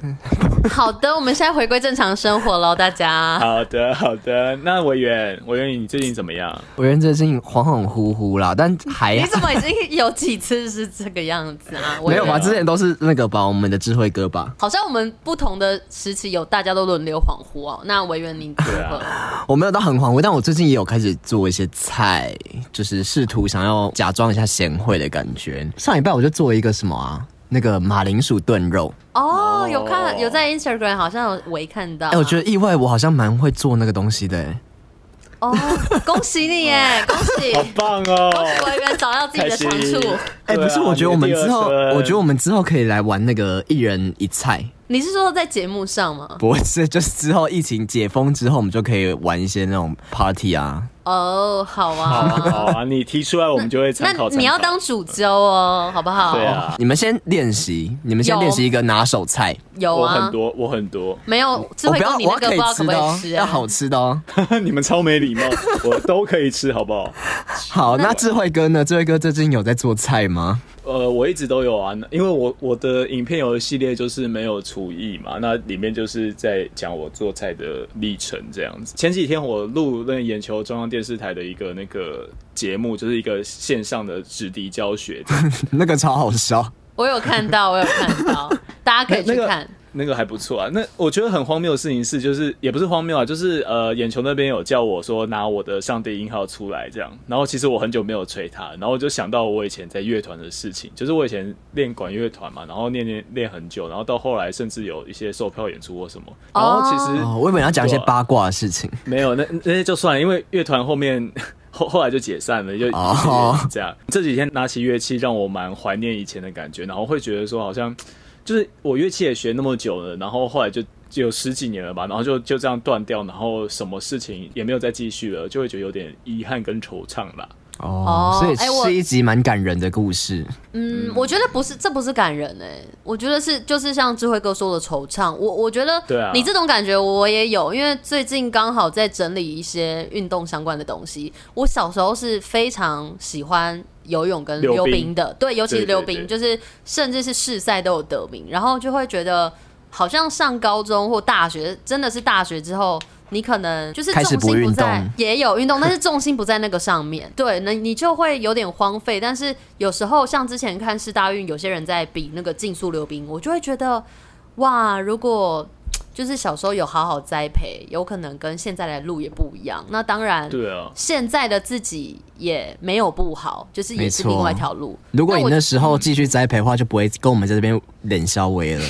[SPEAKER 4] 好的，我们现在回归正常生活喽，大家。
[SPEAKER 2] 好的，好的。那委员，委员你最近怎么
[SPEAKER 4] <laughs>
[SPEAKER 2] 样？
[SPEAKER 3] 我觉得最近恍恍惚惚啦，但还
[SPEAKER 4] 你怎么已经有几次是这个样子啊？我
[SPEAKER 3] 没有吧？
[SPEAKER 4] 以为
[SPEAKER 3] 之前都是那个吧，我们的智慧哥吧。
[SPEAKER 4] 好像我们不同的时期有大家都轮流恍惚哦。那委员你如
[SPEAKER 2] 对
[SPEAKER 4] 何？
[SPEAKER 2] 啊
[SPEAKER 3] 我没有到很恍惚，但我最近也有开始做一些菜，就是试图想要假装一下贤惠的感觉。上礼拜我就做一个什么啊？那个马铃薯炖肉，
[SPEAKER 4] 哦，
[SPEAKER 2] 哦
[SPEAKER 4] 有看有在 Instagram 好像有微看到。啊
[SPEAKER 3] 哎、我觉得意外，我好像蛮会做那个东西的、哎
[SPEAKER 4] 哦，恭喜你耶，恭喜！
[SPEAKER 2] 好棒哦！
[SPEAKER 4] 恭喜委员找到自己
[SPEAKER 2] 开
[SPEAKER 4] 的
[SPEAKER 2] 心
[SPEAKER 4] 长。处。
[SPEAKER 3] 哎、
[SPEAKER 2] 对啊
[SPEAKER 3] 不是，我觉得我们之后，
[SPEAKER 2] 你的第二春
[SPEAKER 3] 我觉得我们之后可以来玩那个一人一菜，
[SPEAKER 4] 你是说在节目上吗？
[SPEAKER 3] 不是，就是之后疫情解封之后，我们就可以玩一些那种 party 啊。
[SPEAKER 4] 哦，好
[SPEAKER 2] 好
[SPEAKER 4] 啊。
[SPEAKER 2] 啊好啊，你提出来我们就会
[SPEAKER 4] 那
[SPEAKER 2] 参考。参考
[SPEAKER 4] 你要当主教哦，好不好？
[SPEAKER 2] 对啊，
[SPEAKER 3] 你们先练习，你们先
[SPEAKER 4] 有
[SPEAKER 3] 练习一个拿手菜。
[SPEAKER 4] 有
[SPEAKER 2] 我
[SPEAKER 4] 啊
[SPEAKER 2] 很，多，我很多， <laughs>
[SPEAKER 4] 没有智
[SPEAKER 3] 我
[SPEAKER 4] 慧
[SPEAKER 3] 不要，
[SPEAKER 4] 哥，
[SPEAKER 3] 我
[SPEAKER 4] 你那
[SPEAKER 3] 要
[SPEAKER 4] 个不
[SPEAKER 3] 可
[SPEAKER 4] 知
[SPEAKER 3] 以
[SPEAKER 4] 道可
[SPEAKER 3] 吃
[SPEAKER 4] 不
[SPEAKER 3] 的
[SPEAKER 4] 可
[SPEAKER 3] 哦
[SPEAKER 4] 以，吃
[SPEAKER 3] 要
[SPEAKER 4] 啊？
[SPEAKER 3] 好吃的哦。
[SPEAKER 2] 你们超没礼貌，我都可以吃，好不好？
[SPEAKER 3] 好，那智慧哥呢？智慧哥最近有在做菜吗？ <laughs>
[SPEAKER 2] 呃，我一直都有啊，因为我我的影片有一系列就是没有厨艺嘛，那里面就是在讲我做菜的历程这样子。前几天我录那个眼球中央电视台的一个那个节目，就是一个线上的指笛教学这样
[SPEAKER 3] 那个超好笑，
[SPEAKER 4] 我有看到，我有
[SPEAKER 2] <laughs>
[SPEAKER 4] 看到，大家可以去看。
[SPEAKER 2] 那个还不错啊。那我觉得很荒谬的事情是，就是也不是荒谬啊，就是呃，眼球那边有叫我说拿我的上帝音号出来这样，然后其实我很久没有吹它，然后我就想到我以前在乐团的事情，就是我以前练管乐团嘛，然后练练练很久，然后到后来甚至有一些售票演出或什么，然后其实、
[SPEAKER 3] 哦，我以为你要讲一些
[SPEAKER 2] 对啊
[SPEAKER 3] 八卦的事情。
[SPEAKER 2] <laughs> 没有，那那些就算了，因为乐团后面 <laughs> 后后来就解散了，就
[SPEAKER 3] 哦
[SPEAKER 2] 就这样。这几天拿起乐器，让我蛮怀念以前的感觉，然后会觉得说，好像就是我乐器也学那么久了，然后后来就就有十几年了吧，然后就就这样断掉，然后什么事情也没有再继续了，就会觉得有点遗憾跟惆怅啦。
[SPEAKER 3] 哦
[SPEAKER 4] 哦
[SPEAKER 3] 所以
[SPEAKER 4] 哎我
[SPEAKER 3] 是一集蛮感人的故事。
[SPEAKER 4] 嗯，我觉得不是，这不是感人哎、我觉得是就是像智慧哥说的惆怅。我我觉得，
[SPEAKER 2] 对啊
[SPEAKER 4] 你这种感觉我也有，因为最近刚好在整理一些运动相关的东西。我小时候是非常喜欢游泳跟
[SPEAKER 2] 溜
[SPEAKER 4] 溜
[SPEAKER 2] 冰
[SPEAKER 4] 冰的，对，尤其是
[SPEAKER 2] 对对
[SPEAKER 4] 溜冰，
[SPEAKER 2] 对
[SPEAKER 4] 就是甚至是世赛都有得名，然后就会觉得好像上高中或大学，真的是大学之后。你可能就是
[SPEAKER 3] 开始
[SPEAKER 4] 重
[SPEAKER 3] 不
[SPEAKER 4] 心不
[SPEAKER 3] 运
[SPEAKER 4] 在
[SPEAKER 3] 动，
[SPEAKER 4] 也有运
[SPEAKER 3] <laughs>
[SPEAKER 4] 动，但是重心不在那个上面，对，那你就会有点荒废。但是有时候像之前看世大运，有些人在比那个竞速溜冰，我就会觉得，哇，如果就是小时候有好好栽培，有可能跟现在的路也不一样。那当然，
[SPEAKER 2] 对啊，
[SPEAKER 4] 现在的自己也没有不好，就是也
[SPEAKER 3] 没
[SPEAKER 4] 是
[SPEAKER 3] 错
[SPEAKER 4] 另外一条路。
[SPEAKER 3] 如果你
[SPEAKER 4] 我
[SPEAKER 3] 那时候继续栽培的话，就不会跟我们在这边冷笑微了。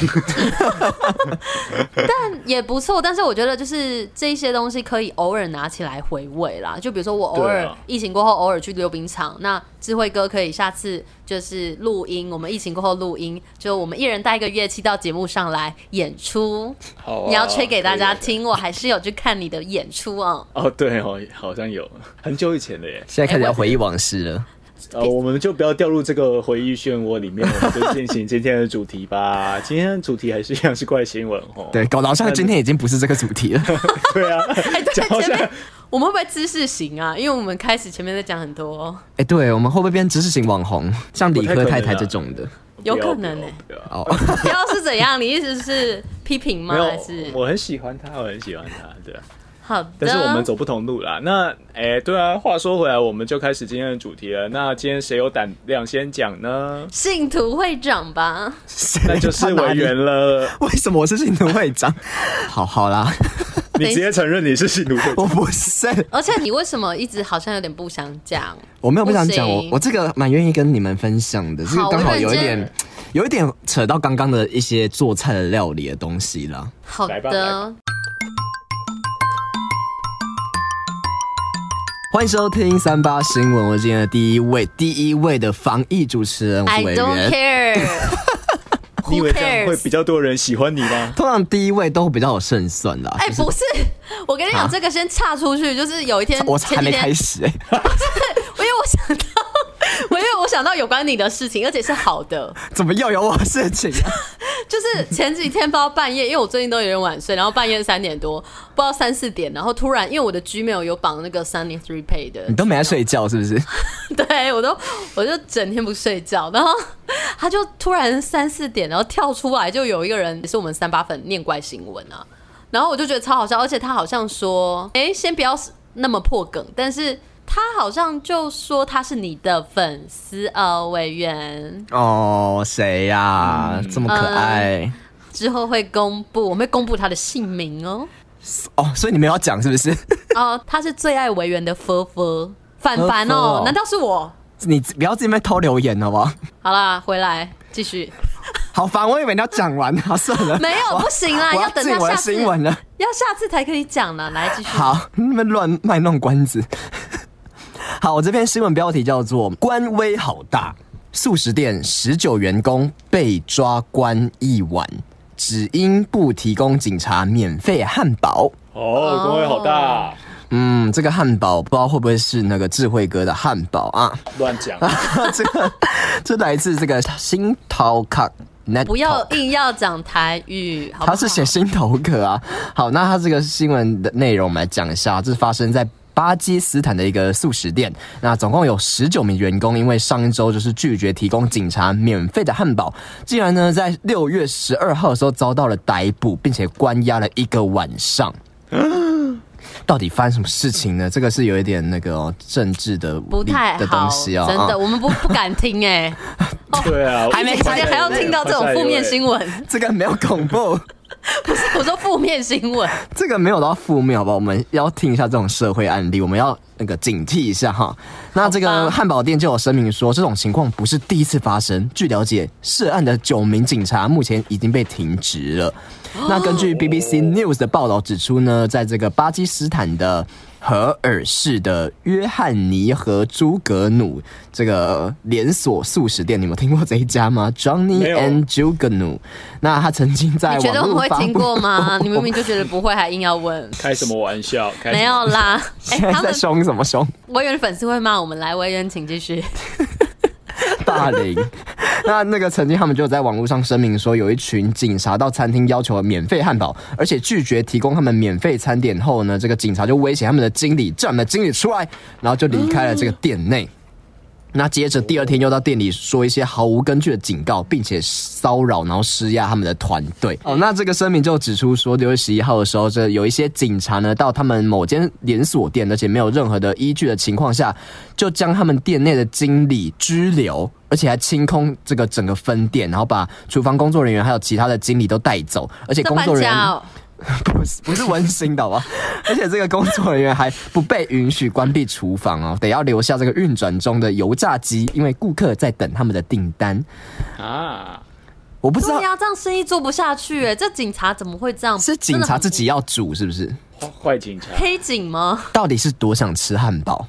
[SPEAKER 4] 也不错，但是我觉得就是这一些东西可以偶尔拿起来回味啦。就比如说我偶
[SPEAKER 2] 对
[SPEAKER 4] 尔
[SPEAKER 2] 啊
[SPEAKER 4] 疫情过后偶尔去溜冰场，那智慧哥可以下次就是录音，我们疫情过后录音，就我们一人带一个乐器到节目上来演出。
[SPEAKER 2] 好啊
[SPEAKER 4] 你要吹给大家
[SPEAKER 2] 可以啊
[SPEAKER 4] 听，我还是有去看你的演出啊。
[SPEAKER 2] 哦，对哦，好像有很久以前的耶。
[SPEAKER 3] 现在开始要回忆往事了。
[SPEAKER 2] 呃，我们就不要掉入这个回忆漩涡
[SPEAKER 4] <laughs>
[SPEAKER 2] 里面，我们就进行今天的主题吧。今天的主题还是一样是怪新闻哦。
[SPEAKER 3] 对，搞到像今天已经不是这个主题了。
[SPEAKER 2] 对啊，
[SPEAKER 4] <laughs> 哎，对，
[SPEAKER 2] 讲到
[SPEAKER 4] 前
[SPEAKER 2] 现
[SPEAKER 4] 面
[SPEAKER 2] 在
[SPEAKER 4] 我们会不会知识型啊？因为我们开始前面在讲很多，
[SPEAKER 3] 哎、 <laughs> 对，我们会不会变知识型网红，像理科太太这种的？
[SPEAKER 4] 有
[SPEAKER 2] 不要
[SPEAKER 4] 可能欸
[SPEAKER 2] 不要不要
[SPEAKER 3] 哦，
[SPEAKER 4] 不要是怎样？你意思是批评吗？
[SPEAKER 2] 没
[SPEAKER 4] 还
[SPEAKER 2] 有
[SPEAKER 4] 是，
[SPEAKER 2] 我很喜欢他，我很喜欢他，对啊。
[SPEAKER 4] 好的？？
[SPEAKER 2] 但是我们走不同路啦。那哎、对啊，话说回来，我们就开始今天的主题了。那今天谁有胆量先讲呢
[SPEAKER 4] <laughs> 信徒会长吧，
[SPEAKER 2] 那
[SPEAKER 3] <laughs>
[SPEAKER 2] 就是委员。了。
[SPEAKER 3] 为什么我是信徒会长？好好啦，
[SPEAKER 2] 你直接承认你是信
[SPEAKER 4] <laughs>
[SPEAKER 2] 徒会
[SPEAKER 3] 我不是，
[SPEAKER 4] 而且你为什么一直好像有点不想讲？
[SPEAKER 3] 我没有不想讲，
[SPEAKER 4] 不
[SPEAKER 3] 我
[SPEAKER 4] 行
[SPEAKER 3] 我这个蛮愿意跟你们分享的，这个
[SPEAKER 4] 好
[SPEAKER 3] 刚好有一
[SPEAKER 4] 我认
[SPEAKER 3] 点，有一点扯到刚刚的一些做菜的料理的东西啦。
[SPEAKER 4] 好
[SPEAKER 2] 来吧来
[SPEAKER 4] 的，
[SPEAKER 3] 欢迎收听三八新闻，我是今天的第一位，第一位的防疫主持人，我
[SPEAKER 4] I
[SPEAKER 3] 是委
[SPEAKER 4] don't
[SPEAKER 3] 员。
[SPEAKER 4] care 。
[SPEAKER 2] <laughs> 你以
[SPEAKER 4] Who
[SPEAKER 2] 为这样会
[SPEAKER 4] cares？
[SPEAKER 2] 比较多人喜欢你吗？
[SPEAKER 3] 通常第一位都比较有胜算啦。
[SPEAKER 4] 哎、
[SPEAKER 3] 就是
[SPEAKER 4] 不是，我跟你讲，这个先岔出去，就是有一天，
[SPEAKER 3] 啊我
[SPEAKER 4] 前
[SPEAKER 3] 还
[SPEAKER 4] 几
[SPEAKER 3] 没
[SPEAKER 4] 天，
[SPEAKER 3] 开始哎、
[SPEAKER 4] 因为我想到， <laughs> 我因为我想到有关你的事情，而且是好的，
[SPEAKER 3] 哎 <laughs> 怎么又有我的事情啊？
[SPEAKER 4] <laughs> 就是前几天不知道半夜，因为我最近都有点晚睡，然后半夜三点多，不知道三四点，然后突然因为我的 Gmail 有绑那个三零 three pay 的
[SPEAKER 3] 你，都没在睡觉是不是？
[SPEAKER 4] <laughs> 对我都我就整天不睡觉，然后 <laughs> 他就突然三四点，然后跳出来，就有一个人也是我们三八粉念怪新闻啊，然后我就觉得超好笑，而且他好像说，哎、先不要那么破梗，但是他好像就说他是你的粉丝呃委员，
[SPEAKER 3] 哦，谁呀、
[SPEAKER 4] 嗯
[SPEAKER 3] 这么可爱、
[SPEAKER 4] 之后会公布，我们会公布他的姓名哦，
[SPEAKER 3] 哦，所以你们要讲是不 <laughs> 是？
[SPEAKER 4] 哦、他是最爱委员的佛佛凡凡
[SPEAKER 3] 佛佛
[SPEAKER 4] 哦
[SPEAKER 3] 哦，
[SPEAKER 4] 难道是我？
[SPEAKER 3] 你不要这边偷留言好不好？
[SPEAKER 4] 好啦，回来继续，
[SPEAKER 3] 好烦，我以为你要讲完啊，算了，
[SPEAKER 4] 没有不行啦，
[SPEAKER 3] 我
[SPEAKER 4] 要
[SPEAKER 3] 要
[SPEAKER 4] 等
[SPEAKER 3] 进
[SPEAKER 4] 他
[SPEAKER 3] 我
[SPEAKER 4] 下
[SPEAKER 3] 的
[SPEAKER 4] 次
[SPEAKER 3] 新闻了。
[SPEAKER 4] 要下次才可以讲呢。来，继续。，
[SPEAKER 3] 好，你们乱卖弄关子。 <laughs> 好，我这篇新闻标题叫做“官威好大”，素食店十九员工被抓关一晚，只因不提供警察免费汉堡。
[SPEAKER 2] 哦，工会好大，
[SPEAKER 3] 嗯，这个汉堡不知道会不会是那个智慧哥的汉堡啊？ <laughs>
[SPEAKER 2] 乱讲。
[SPEAKER 3] 这个这来自这个新桃卡 net，
[SPEAKER 4] 不要硬要讲台语，好不好
[SPEAKER 3] 他是写心头壳啊。好，那他这个新闻的内容我们来讲一下，这是发生在。巴基斯坦的一个素食店，那总共有十九名员工，因为上一周就是拒绝提供警察免费的汉堡，竟然呢在六月十二号的时候遭到了逮捕，并且关押了一个晚上。到底发生什么事情呢？这个是有一点那个哦、政治的
[SPEAKER 4] 不太
[SPEAKER 3] 的
[SPEAKER 4] 好，
[SPEAKER 3] 东西哦，
[SPEAKER 4] 真
[SPEAKER 3] 啊
[SPEAKER 4] 的，我们不不敢听哎，
[SPEAKER 2] 对啊，
[SPEAKER 3] 还没
[SPEAKER 4] 今天 <laughs> 还要听到这种负面新
[SPEAKER 2] 闻。
[SPEAKER 4] 闻，
[SPEAKER 3] 这个没有恐怖。
[SPEAKER 4] 不是我说负面新闻，
[SPEAKER 3] 这个没有到负面，好不好？我们要听一下这种社会案例，我们要那个警惕一下哈。那这
[SPEAKER 4] 好吧
[SPEAKER 3] 个汉堡店就有声明说，这种情况不是第一次发生。据了解，涉案的九名警察目前已经被停职了。
[SPEAKER 4] 哦
[SPEAKER 3] 那根据 BBC News 的报道指出呢，在这个巴基斯坦的荷尔市的约翰尼和朱格努这个连锁素食店，你们有听过这一家吗？Johnny
[SPEAKER 2] 没有
[SPEAKER 3] and j u g a n u 那他曾经在
[SPEAKER 4] 你觉得我
[SPEAKER 3] 哎网络
[SPEAKER 4] 们会
[SPEAKER 3] 发
[SPEAKER 4] 听
[SPEAKER 3] 布
[SPEAKER 4] 过吗？你明明就觉得不会，还硬要问，
[SPEAKER 2] 欸开什么玩笑？开什么
[SPEAKER 4] 没有啦。哎，
[SPEAKER 3] <laughs> 现在
[SPEAKER 4] 他
[SPEAKER 3] 在
[SPEAKER 4] 们
[SPEAKER 3] 凶什么凶？
[SPEAKER 4] 维园的粉丝会骂我们，来维园，请继续。
[SPEAKER 3] 霸凌。那那个曾经他们就在网络上声明说，有一群警察到餐厅要求免费汉堡，而且拒绝提供他们免费餐点后呢，这个警察就威胁他们的经理，叫他们的经理出来，然后就离开了这个店内。那接着第二天又到店里说一些毫无根据的警告，并且骚扰然后施压他们的团队。哦，那这个声明就指出说，六月十一号的时候，这有一些警察呢到他们某间连锁店，而且没有任何的依据的情况下，就将他们店内的经理拘留，而且还清空这个整个分店，然后把厨房工作人员还有其他的经理都带走，而且
[SPEAKER 4] 这
[SPEAKER 3] 工
[SPEAKER 4] 搬
[SPEAKER 3] 作人员
[SPEAKER 4] 家哦，
[SPEAKER 3] 不是不是温馨的好 <laughs> 吧？而且这个工作人员还不被允许关闭厨房哦，得要留下这个运转中的油炸机，因为顾客在等他们的订单。
[SPEAKER 2] 啊？
[SPEAKER 3] 我不知道
[SPEAKER 4] 对呀，这样生意做不下去哎，这警察怎么会这样？
[SPEAKER 3] 是警
[SPEAKER 4] 真的
[SPEAKER 3] 察
[SPEAKER 4] 很
[SPEAKER 3] 自己要煮是不是？
[SPEAKER 2] 坏警察，
[SPEAKER 4] 黑警吗？
[SPEAKER 3] 到底是多想吃汉堡？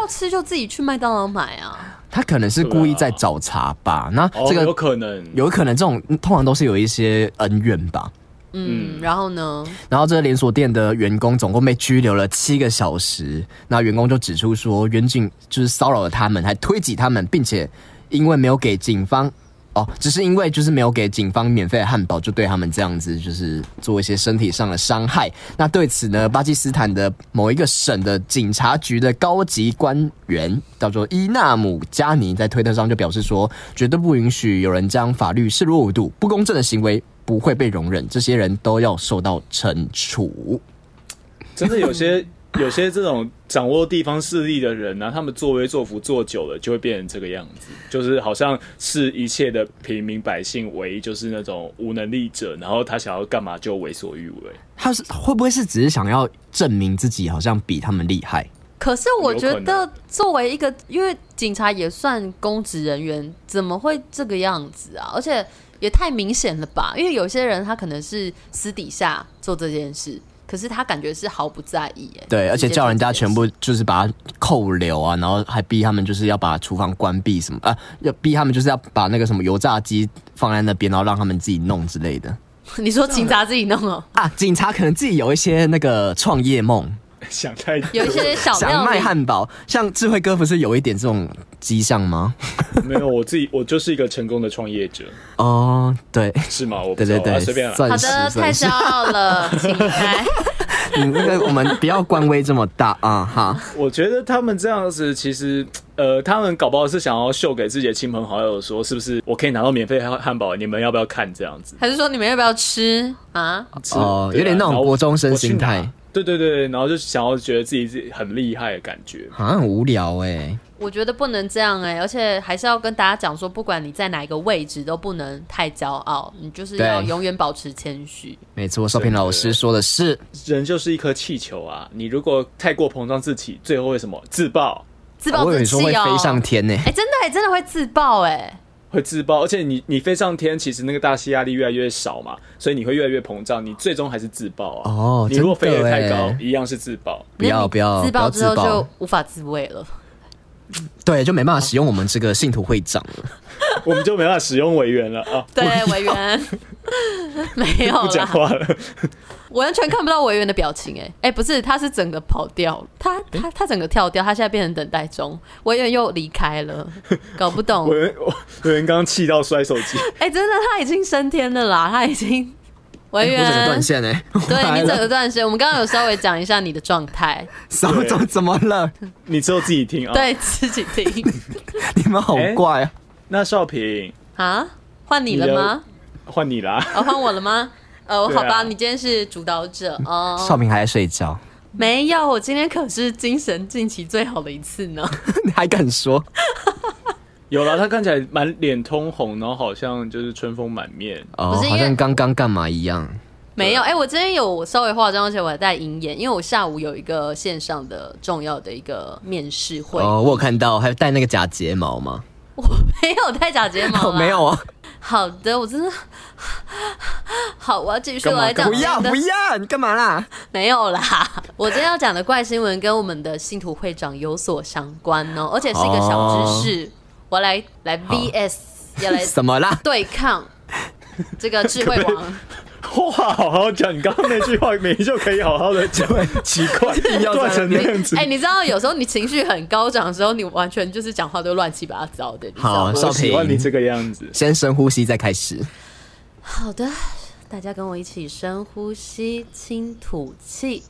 [SPEAKER 4] 要吃就自己去麦当劳买啊。
[SPEAKER 3] 他可能是故意在找茬吧？那
[SPEAKER 2] 哦，
[SPEAKER 3] 这个
[SPEAKER 2] 有可能
[SPEAKER 3] 有可能这种通常都是有一些恩怨吧？
[SPEAKER 4] 嗯，然后呢？
[SPEAKER 3] 然后这个连锁店的员工总共被拘留了七个小时。那员工就指出说，远景就是骚扰了他们，还推挤他们，并且因为没有给警方哦，只是因为就是没有给警方免费的汉堡，就对他们这样子就是做一些身体上的伤害。那对此呢，巴基斯坦的某一个省的警察局的高级官员叫做伊纳姆加尼，在推特上就表示说，绝对不允许有人将法律视若无睹，不公正的行为。不会被容忍，这些人都要受到惩处。
[SPEAKER 2] 真的有些有些这种掌握地方势力的人呢、啊他们作威作福做久了，就会变成这个样子，就是好像视一切的平民百姓为就是那种无能力者，然后他想要干嘛就为所欲为。 <laughs>
[SPEAKER 3] 他是会不会是只是想要证明自己好像比他们厉害？
[SPEAKER 4] 可是我觉
[SPEAKER 2] 有可
[SPEAKER 4] 得
[SPEAKER 2] 能，
[SPEAKER 4] 作为一个，因为警察也算公职人员，怎么会这个样子啊？而且也太明显了吧？因为有些人他可能是私底下做这件事，可是他感觉是毫不在意、哎，
[SPEAKER 3] 对，而且叫人家全
[SPEAKER 4] 部。
[SPEAKER 3] 部就是把他扣留啊，然后还逼他们就是要把厨房关闭什么啊，要逼他们就是要把那个什么油炸机放在那边，然后让他们自己弄之类的
[SPEAKER 4] <laughs> 你说警察自己弄哦，
[SPEAKER 3] 啊。警察可能自己有一些那个创业梦，
[SPEAKER 2] 想太多
[SPEAKER 4] 有一些小
[SPEAKER 3] <laughs> 想
[SPEAKER 4] 料
[SPEAKER 3] 卖
[SPEAKER 4] 理，
[SPEAKER 3] 汉堡，像智慧哥不是有一点这种迹象吗？
[SPEAKER 2] 没有，我自己我就是一个成功的创业者，
[SPEAKER 3] 哦，对， <laughs>
[SPEAKER 2] 是吗？我不
[SPEAKER 3] 对
[SPEAKER 2] 知道
[SPEAKER 3] 对对，
[SPEAKER 2] 啊随便啦。
[SPEAKER 3] 算
[SPEAKER 4] 好
[SPEAKER 3] 是
[SPEAKER 4] 的，
[SPEAKER 3] 算
[SPEAKER 4] 太
[SPEAKER 3] 是
[SPEAKER 4] 骄傲了，请
[SPEAKER 3] <laughs>
[SPEAKER 4] 开。
[SPEAKER 3] 你那个我们不要官威这么大啊哈！
[SPEAKER 2] 我觉得他们这样子，其实，呃，他们搞不好是想要秀给自己的亲朋好友说，是不是我可以拿到免费汉汉堡？你们要不要看这样子？
[SPEAKER 4] 还是说你们要不要吃啊？
[SPEAKER 2] 是
[SPEAKER 3] 哦
[SPEAKER 2] 对啊
[SPEAKER 3] 有点那种
[SPEAKER 2] 然后
[SPEAKER 3] 国中生心态
[SPEAKER 2] 我去拿对对对对，然后就想要觉得自己自己很厉害的感觉。
[SPEAKER 3] 好像很无聊哎、
[SPEAKER 4] 我觉得不能这样哎、而且还是要跟大家讲说，不管你在哪一个位置，都不能太骄傲，你就是
[SPEAKER 3] 对啊
[SPEAKER 4] 要永远保持谦虚。
[SPEAKER 3] 没错，寿平老师说的是，
[SPEAKER 2] 人就是一颗气球啊，你如果太过膨胀自己，最后会什么自爆？
[SPEAKER 4] 自暴
[SPEAKER 3] 我以
[SPEAKER 4] 自
[SPEAKER 3] 为
[SPEAKER 4] 弃
[SPEAKER 3] 说会
[SPEAKER 4] 哦、
[SPEAKER 3] 飞上天欸呢、
[SPEAKER 4] 哎、真的、哎，真的会自爆哎、
[SPEAKER 2] 会自爆，而且你你飞上天，其实那个大气压力越来越少嘛，所以你会越来越膨胀，你最终还是自爆啊。
[SPEAKER 3] 哦
[SPEAKER 2] 你如果
[SPEAKER 3] 真
[SPEAKER 2] 飞
[SPEAKER 3] 的
[SPEAKER 2] 得太
[SPEAKER 3] 欸
[SPEAKER 2] 高，一样是自爆。
[SPEAKER 3] 不要
[SPEAKER 4] 那你
[SPEAKER 3] 不要
[SPEAKER 4] 自
[SPEAKER 3] 不
[SPEAKER 4] 爆
[SPEAKER 3] 要
[SPEAKER 4] 之后
[SPEAKER 3] 自爆
[SPEAKER 4] 就无法自卫了。
[SPEAKER 3] 对，就没办法使用我们这个信徒会长了。
[SPEAKER 2] 我们就没办法使用委员了啊，
[SPEAKER 4] 对，委员 <laughs> 没
[SPEAKER 2] <laughs>
[SPEAKER 4] 有
[SPEAKER 2] 不讲
[SPEAKER 4] 啦，
[SPEAKER 2] 话了。
[SPEAKER 4] 我完全看不到委员的表情哎、哎、不是，他是整个跑掉了，他他他整个跳掉，他现在变成等待中，委员又离开
[SPEAKER 3] <laughs>
[SPEAKER 4] 了，搞不懂
[SPEAKER 2] 我。人我我人刚刚气到摔手 <laughs> 机，
[SPEAKER 4] 哎、真的，他已经升天了啦，他已经
[SPEAKER 3] 哎
[SPEAKER 4] 委员、
[SPEAKER 3] 我整个断线哎、
[SPEAKER 4] 啊 <laughs> 对你整个
[SPEAKER 3] 个
[SPEAKER 4] 段时间，我们刚刚有稍微讲一下你的状态，
[SPEAKER 3] 什么怎么怎么了？ <laughs>
[SPEAKER 2] 你只有自己
[SPEAKER 3] 哦
[SPEAKER 2] 听啊。，
[SPEAKER 4] 对自己听
[SPEAKER 3] 你们好怪啊！
[SPEAKER 2] 那少平
[SPEAKER 4] 啊，换你了吗？
[SPEAKER 2] 换你啦。
[SPEAKER 4] 哦，换我
[SPEAKER 3] <laughs>
[SPEAKER 4] 了吗？哦，
[SPEAKER 2] 对啊
[SPEAKER 4] 好吧，你今天是主导者哦。
[SPEAKER 3] 少平还在睡觉，
[SPEAKER 4] 没有，我今天可是精神近期最好的一次
[SPEAKER 3] <laughs>
[SPEAKER 4] 呢。
[SPEAKER 3] <laughs> 你还敢说？
[SPEAKER 2] <laughs> 有了，他看起来满脸通红，然后好像就是春风满面。
[SPEAKER 3] 哦
[SPEAKER 4] 不是，因为
[SPEAKER 3] 好像刚刚干嘛一样。
[SPEAKER 4] 没有，哎、我今天有稍微化妆，而且我还戴银眼，因为我下午有一个线上的重要的一个面试会，
[SPEAKER 3] 哦，我有看到，还戴那个假睫毛吗？
[SPEAKER 4] 我没有戴假睫毛、
[SPEAKER 3] 哦， <laughs> 没有。啊！
[SPEAKER 4] 好的，我真的 <laughs> 好，我要继续
[SPEAKER 2] 干嘛
[SPEAKER 4] 来讲
[SPEAKER 3] 不
[SPEAKER 4] 我
[SPEAKER 3] 要
[SPEAKER 4] 的
[SPEAKER 3] 不要，你干嘛啦？
[SPEAKER 4] <laughs> 没有啦，我今天要讲的怪新闻跟我们的信徒会长有所相关哦，而且是一个小知识。
[SPEAKER 2] 哦
[SPEAKER 4] 我来来 VS
[SPEAKER 2] <laughs>
[SPEAKER 4] 要
[SPEAKER 3] <laughs>
[SPEAKER 4] 来
[SPEAKER 3] 什么啦？
[SPEAKER 4] 对抗这个智慧王，
[SPEAKER 2] 话好好讲，你刚刚那句话明明就可以好好的 <laughs> 讲，奇怪，
[SPEAKER 3] 要
[SPEAKER 2] 断成那样子
[SPEAKER 4] 哎、。你知道有时候你情绪很高涨的时候，你完全就是讲话都乱七八糟的。你知道
[SPEAKER 3] 好
[SPEAKER 4] 吗，
[SPEAKER 3] 少
[SPEAKER 2] 我喜欢你
[SPEAKER 3] 平，
[SPEAKER 2] 这个样子。
[SPEAKER 3] 先深呼吸再开始。
[SPEAKER 4] 好的，大家跟我一起深呼吸，轻吐气。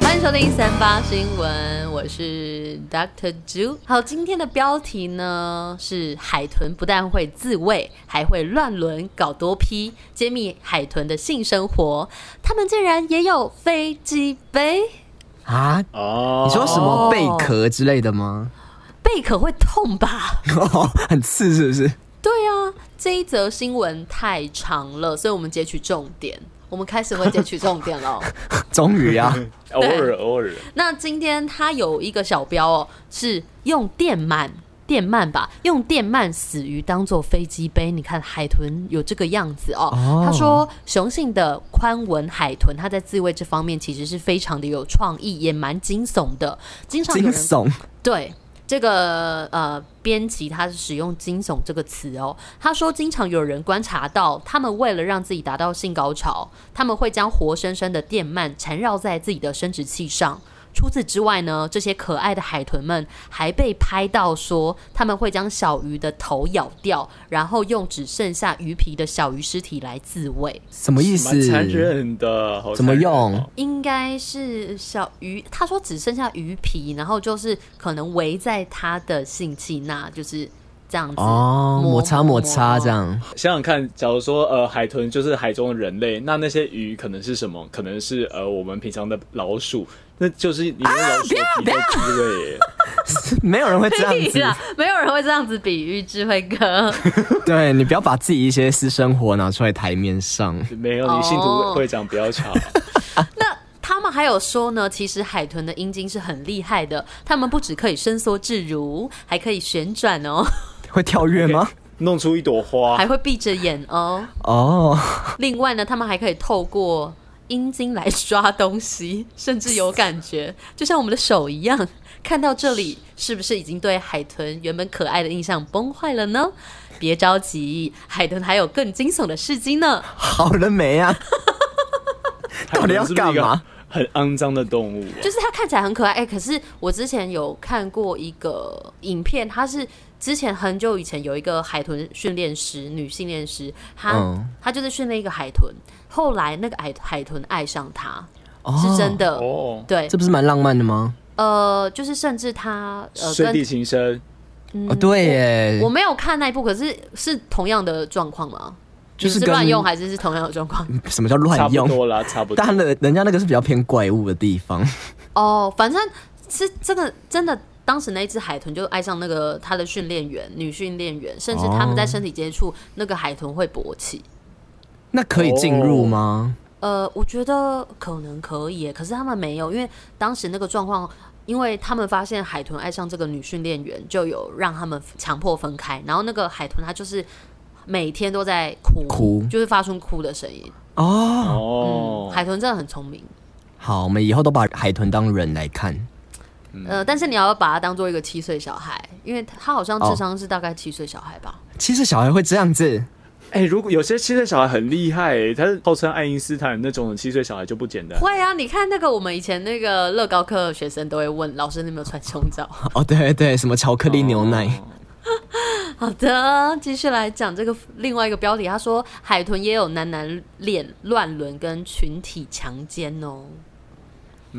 [SPEAKER 4] 欢迎收听三八新闻，我是 Dr. Ju。好，今天的标题呢是海豚不但会自卫，还会乱伦搞多批，揭秘海豚的性生活。他们竟然也有飞机杯，
[SPEAKER 3] 啊？
[SPEAKER 2] 哦，
[SPEAKER 3] 你说什么贝壳之类的吗？
[SPEAKER 4] 贝壳会痛吧？
[SPEAKER 3] <laughs> 哦，很刺是不是？
[SPEAKER 4] 对啊，这一则新闻太长了，所以我们截取重点。我们开始会截取重点 <laughs> 了。
[SPEAKER 3] 终于 <laughs> 啊，
[SPEAKER 2] 偶尔偶尔，
[SPEAKER 4] 那今天它有一个小标哦，是用电鳗，电鳗吧，用电鳗死鱼当做飞机杯。你看海豚有这个样子哦。
[SPEAKER 3] 哦
[SPEAKER 4] 他说，雄性的宽吻海豚，它在自慰这方面其实是非常的有创意，也蛮惊悚的。经常有
[SPEAKER 3] 惊
[SPEAKER 4] 人
[SPEAKER 3] 悚
[SPEAKER 4] 对，这个呃编辑他是使用“惊悚”这个词哦。他说，经常有人观察到，他们为了让自己达到性高潮，他们会将活生生的电鳗缠绕在自己的生殖器上。除此之外呢，这些可爱的海豚们还被拍到说，他们会将小鱼的头咬掉，然后用只剩下鱼皮的小鱼尸体来自慰。
[SPEAKER 3] 什么意
[SPEAKER 2] 蛮残
[SPEAKER 3] 思？
[SPEAKER 2] 忍的，好
[SPEAKER 3] 怎么
[SPEAKER 2] 残忍
[SPEAKER 3] 用
[SPEAKER 2] 哦
[SPEAKER 4] 应该是小鱼，他说只剩下鱼皮，然后就是可能围在他的性器那，就是这样子
[SPEAKER 3] 哦，摩擦摩擦
[SPEAKER 4] <laughs>
[SPEAKER 3] 这。
[SPEAKER 4] 摸
[SPEAKER 3] 样，
[SPEAKER 2] 想想看，假如说呃海豚就是海中的人类，那那些鱼可能是什么？可能是呃我们平常的老鼠，那就是里面老鼠的皮的滋味耶。
[SPEAKER 3] <laughs> 没有人会这样
[SPEAKER 4] 屁
[SPEAKER 3] <laughs>
[SPEAKER 4] 啦
[SPEAKER 3] 子。，
[SPEAKER 4] <laughs> 没有人会这样子比喻智慧哥。
[SPEAKER 3] 对你不要把自己一些私生活拿出来台面上。
[SPEAKER 2] 没有，你信徒会长不要吵。
[SPEAKER 4] <laughs> 那他们还有说呢，其实海豚的阴茎是很厉害的，它们不只可以伸缩自如，还可以旋转哦，
[SPEAKER 3] <laughs> 会跳跃吗？
[SPEAKER 2] 弄出一朵花
[SPEAKER 4] 还，会闭着眼哦。
[SPEAKER 3] <laughs> 哦，
[SPEAKER 4] 另外呢，他们还可以透过阴茎来抓东西， <laughs> 甚至有感觉， <laughs> 就像我们的手一样。看到这里，是不是已经对海豚原本可爱的印象崩坏了呢？别着急，海豚还有更惊悚的事迹呢。
[SPEAKER 3] 好了没啊？
[SPEAKER 2] 海豚是不是一
[SPEAKER 3] 到底要干
[SPEAKER 2] 个
[SPEAKER 3] 嘛
[SPEAKER 2] 很肮脏的动物啊、
[SPEAKER 4] 就是它看起来很可爱、欸可是我之前有看过一个影片，它是之前很久以前有一个海豚训练师，女训练师，她、
[SPEAKER 3] 嗯
[SPEAKER 4] 她就是训练一个海豚，后来那个海海豚爱上她，
[SPEAKER 3] 哦
[SPEAKER 4] <laughs> 是真的，
[SPEAKER 2] 哦，
[SPEAKER 4] 对
[SPEAKER 3] 这，不是蛮浪漫的吗？
[SPEAKER 4] 呃，就是甚至她呃
[SPEAKER 2] 水
[SPEAKER 4] 跟
[SPEAKER 2] 底情深，
[SPEAKER 3] 哦，对耶
[SPEAKER 4] 嗯我，没有看那一部，可是是同样的状况吗？
[SPEAKER 3] 就是
[SPEAKER 4] 你
[SPEAKER 3] 跟嗯
[SPEAKER 4] 们乱用还是是同样的状况？
[SPEAKER 3] 什么叫
[SPEAKER 2] 差
[SPEAKER 3] 乱
[SPEAKER 2] 不
[SPEAKER 3] 用？
[SPEAKER 2] 多啦，差不多
[SPEAKER 3] 当。然了，人家那个是比较偏怪物的地 <laughs> 方。
[SPEAKER 4] 哦，反正是这个真的。当时那只海豚就爱上那个它的训练员，女训练员，甚至他
[SPEAKER 3] 哦
[SPEAKER 4] 们在身体接触，那个海豚会勃起。
[SPEAKER 3] 那可以进入吗？
[SPEAKER 4] 呃，我觉得可能可以耶，可是他们没有，因为当时那个状况，因为他们发现海豚爱上这个女训练员，就有让他们强迫分开。然后那个海豚它就是每天都在哭，
[SPEAKER 3] 哭
[SPEAKER 4] 就是发出哭的声音。
[SPEAKER 3] 哦，
[SPEAKER 2] 哦
[SPEAKER 4] 嗯，，海豚真的很聪明，
[SPEAKER 3] 好，我们以后都把海豚当人来看。
[SPEAKER 4] 呃，但是你要把它当做一个七岁小孩，因为它好像
[SPEAKER 3] 哦
[SPEAKER 4] 智商是大概七岁小孩吧。
[SPEAKER 3] 其实小孩会这样子，
[SPEAKER 2] 哎、如果有些七岁小孩很厉害、欸，他是号称爱因斯坦那种七岁小孩就不简单。
[SPEAKER 4] 会啊，你看那个我们以前那个乐高课学生都会问老师，你有没有穿胸罩？
[SPEAKER 3] 哦，对对，什么巧克力牛奶，
[SPEAKER 2] 哦
[SPEAKER 4] 好的，继续来讲这个另外一个标题，他说海豚也有男男恋、乱伦跟群体强奸哦。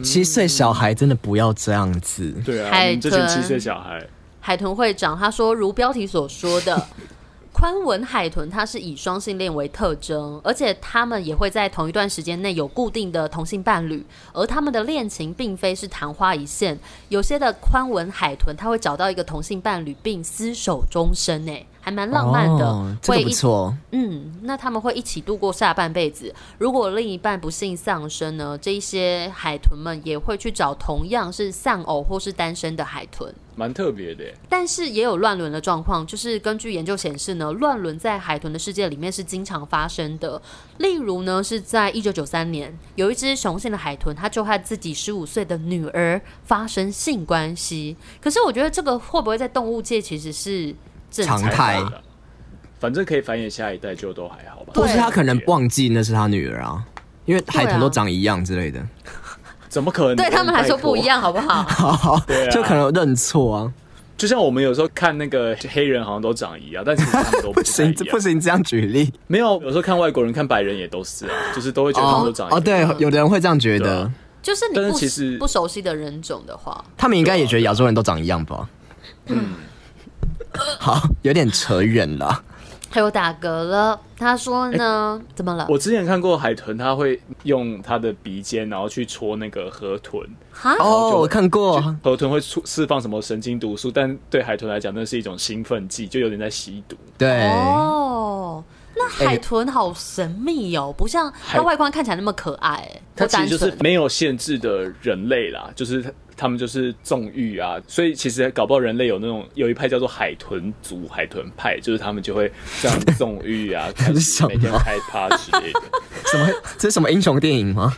[SPEAKER 3] 七岁小孩真的不要这样子。
[SPEAKER 2] 对啊，
[SPEAKER 4] 海
[SPEAKER 2] 我们这群
[SPEAKER 4] 豚
[SPEAKER 2] 七岁小孩，
[SPEAKER 4] 海豚会长他说，如标题所说的， <laughs> 宽吻海豚它是以双性恋为特征，而且他们也会在同一段时间内有固定的同性伴侣，而他们的恋情并非是昙花一现。有些的宽吻海豚，它会找到一个同性伴侣并厮守终身，哎，还蛮浪漫的，
[SPEAKER 3] 哦、这
[SPEAKER 4] 会
[SPEAKER 3] 个不
[SPEAKER 4] 一
[SPEAKER 3] 错。
[SPEAKER 4] 嗯，那他们会一起度过下半辈子。如果另一半不幸丧生呢，这一些海豚们也会去找同样是丧偶或是单身的海豚。
[SPEAKER 2] 蛮特别的、欸。
[SPEAKER 4] 但是也有乱伦的状况，就是根据研究显示呢，乱伦在海豚的世界里面是经常发生的。例如呢，是在一九九三年，有一只雄性的海豚，它就和自己十五岁的女儿发生性关系。可是我觉得这个会不会在动物界其实是正常
[SPEAKER 3] 常态
[SPEAKER 4] 的啊
[SPEAKER 2] 的反正可以繁衍下一代，就都还好吧。
[SPEAKER 3] 或是
[SPEAKER 4] 对
[SPEAKER 3] 他可能忘记那是他女儿啊，因为海豚都长一样之类 <laughs> 的，
[SPEAKER 2] 怎么可能？
[SPEAKER 4] 对他们来说不一。样，好不好？
[SPEAKER 3] 好好
[SPEAKER 2] 对啊
[SPEAKER 3] 就可能认错啊。
[SPEAKER 2] 就像我们有时候看那个黑人好像都长一样，但其实他们都
[SPEAKER 3] <laughs> 不
[SPEAKER 2] 太
[SPEAKER 3] 行，
[SPEAKER 2] 一
[SPEAKER 3] 这不
[SPEAKER 2] 样。
[SPEAKER 3] 行，这样举例
[SPEAKER 2] 没有，有时候看外国人、看白人也都是
[SPEAKER 4] 哦
[SPEAKER 2] 啊，就是都会觉得他们都长一
[SPEAKER 3] 哦，
[SPEAKER 2] 样。
[SPEAKER 3] 对，有的人会这样觉
[SPEAKER 2] 对
[SPEAKER 3] 得
[SPEAKER 2] 啊，
[SPEAKER 4] 就是你
[SPEAKER 2] 但是
[SPEAKER 4] 不
[SPEAKER 2] 其实
[SPEAKER 4] 不熟悉的人种的话，
[SPEAKER 3] 他们应该也觉得亚洲人都长一样吧？嗯， <laughs> 好，有点扯远了。
[SPEAKER 4] 还有打嗝了。他说呢，怎么了？
[SPEAKER 2] 哎我之前看过海豚，它会用它的鼻尖，然后去戳那个河豚。
[SPEAKER 4] 哈，
[SPEAKER 3] 哦，我看过，
[SPEAKER 2] 河豚会出释放什么神经毒素，但对海豚来讲，那是一种兴奋剂，就有点在吸毒。
[SPEAKER 3] 对，
[SPEAKER 2] 哎
[SPEAKER 4] 哦，那海豚好神秘哦，不像它外观看起来那么可爱，
[SPEAKER 2] 它
[SPEAKER 4] 不
[SPEAKER 2] 其实
[SPEAKER 4] 单
[SPEAKER 2] 就是
[SPEAKER 4] 纯。
[SPEAKER 2] 没有限制的人类啦，就是它他们就是纵欲啊，所以其实搞不好人类有那种有一派叫做海豚族、海豚派，就是他们就会这样
[SPEAKER 3] <laughs>
[SPEAKER 2] 纵欲啊，开
[SPEAKER 3] 是什
[SPEAKER 2] 始
[SPEAKER 3] 么
[SPEAKER 2] 每天开趴之类的。 <laughs>
[SPEAKER 3] 什么？这是什么英雄电影吗？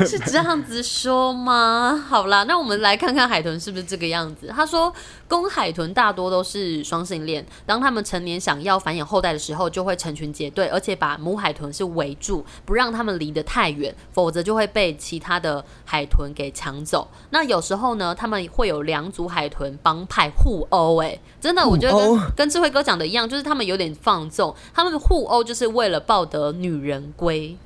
[SPEAKER 4] 是这样子说吗？ <laughs> 好啦，那我们来看看海豚是不是这个样子。他说，公海豚大多都是双性恋，当他们成年想要繁衍后代的时候，就会成群结队，而且把母海豚是围住，不让它们离得太远，否则就会被其他的海豚给抢走。那有时候呢，他们会有两组海豚帮派互殴、欸，哎，真的，我觉得
[SPEAKER 3] 互
[SPEAKER 4] 跟
[SPEAKER 3] 殴
[SPEAKER 4] 跟智慧哥讲的一样，就是他们有点放纵，他们互殴就是为了抱得女人归。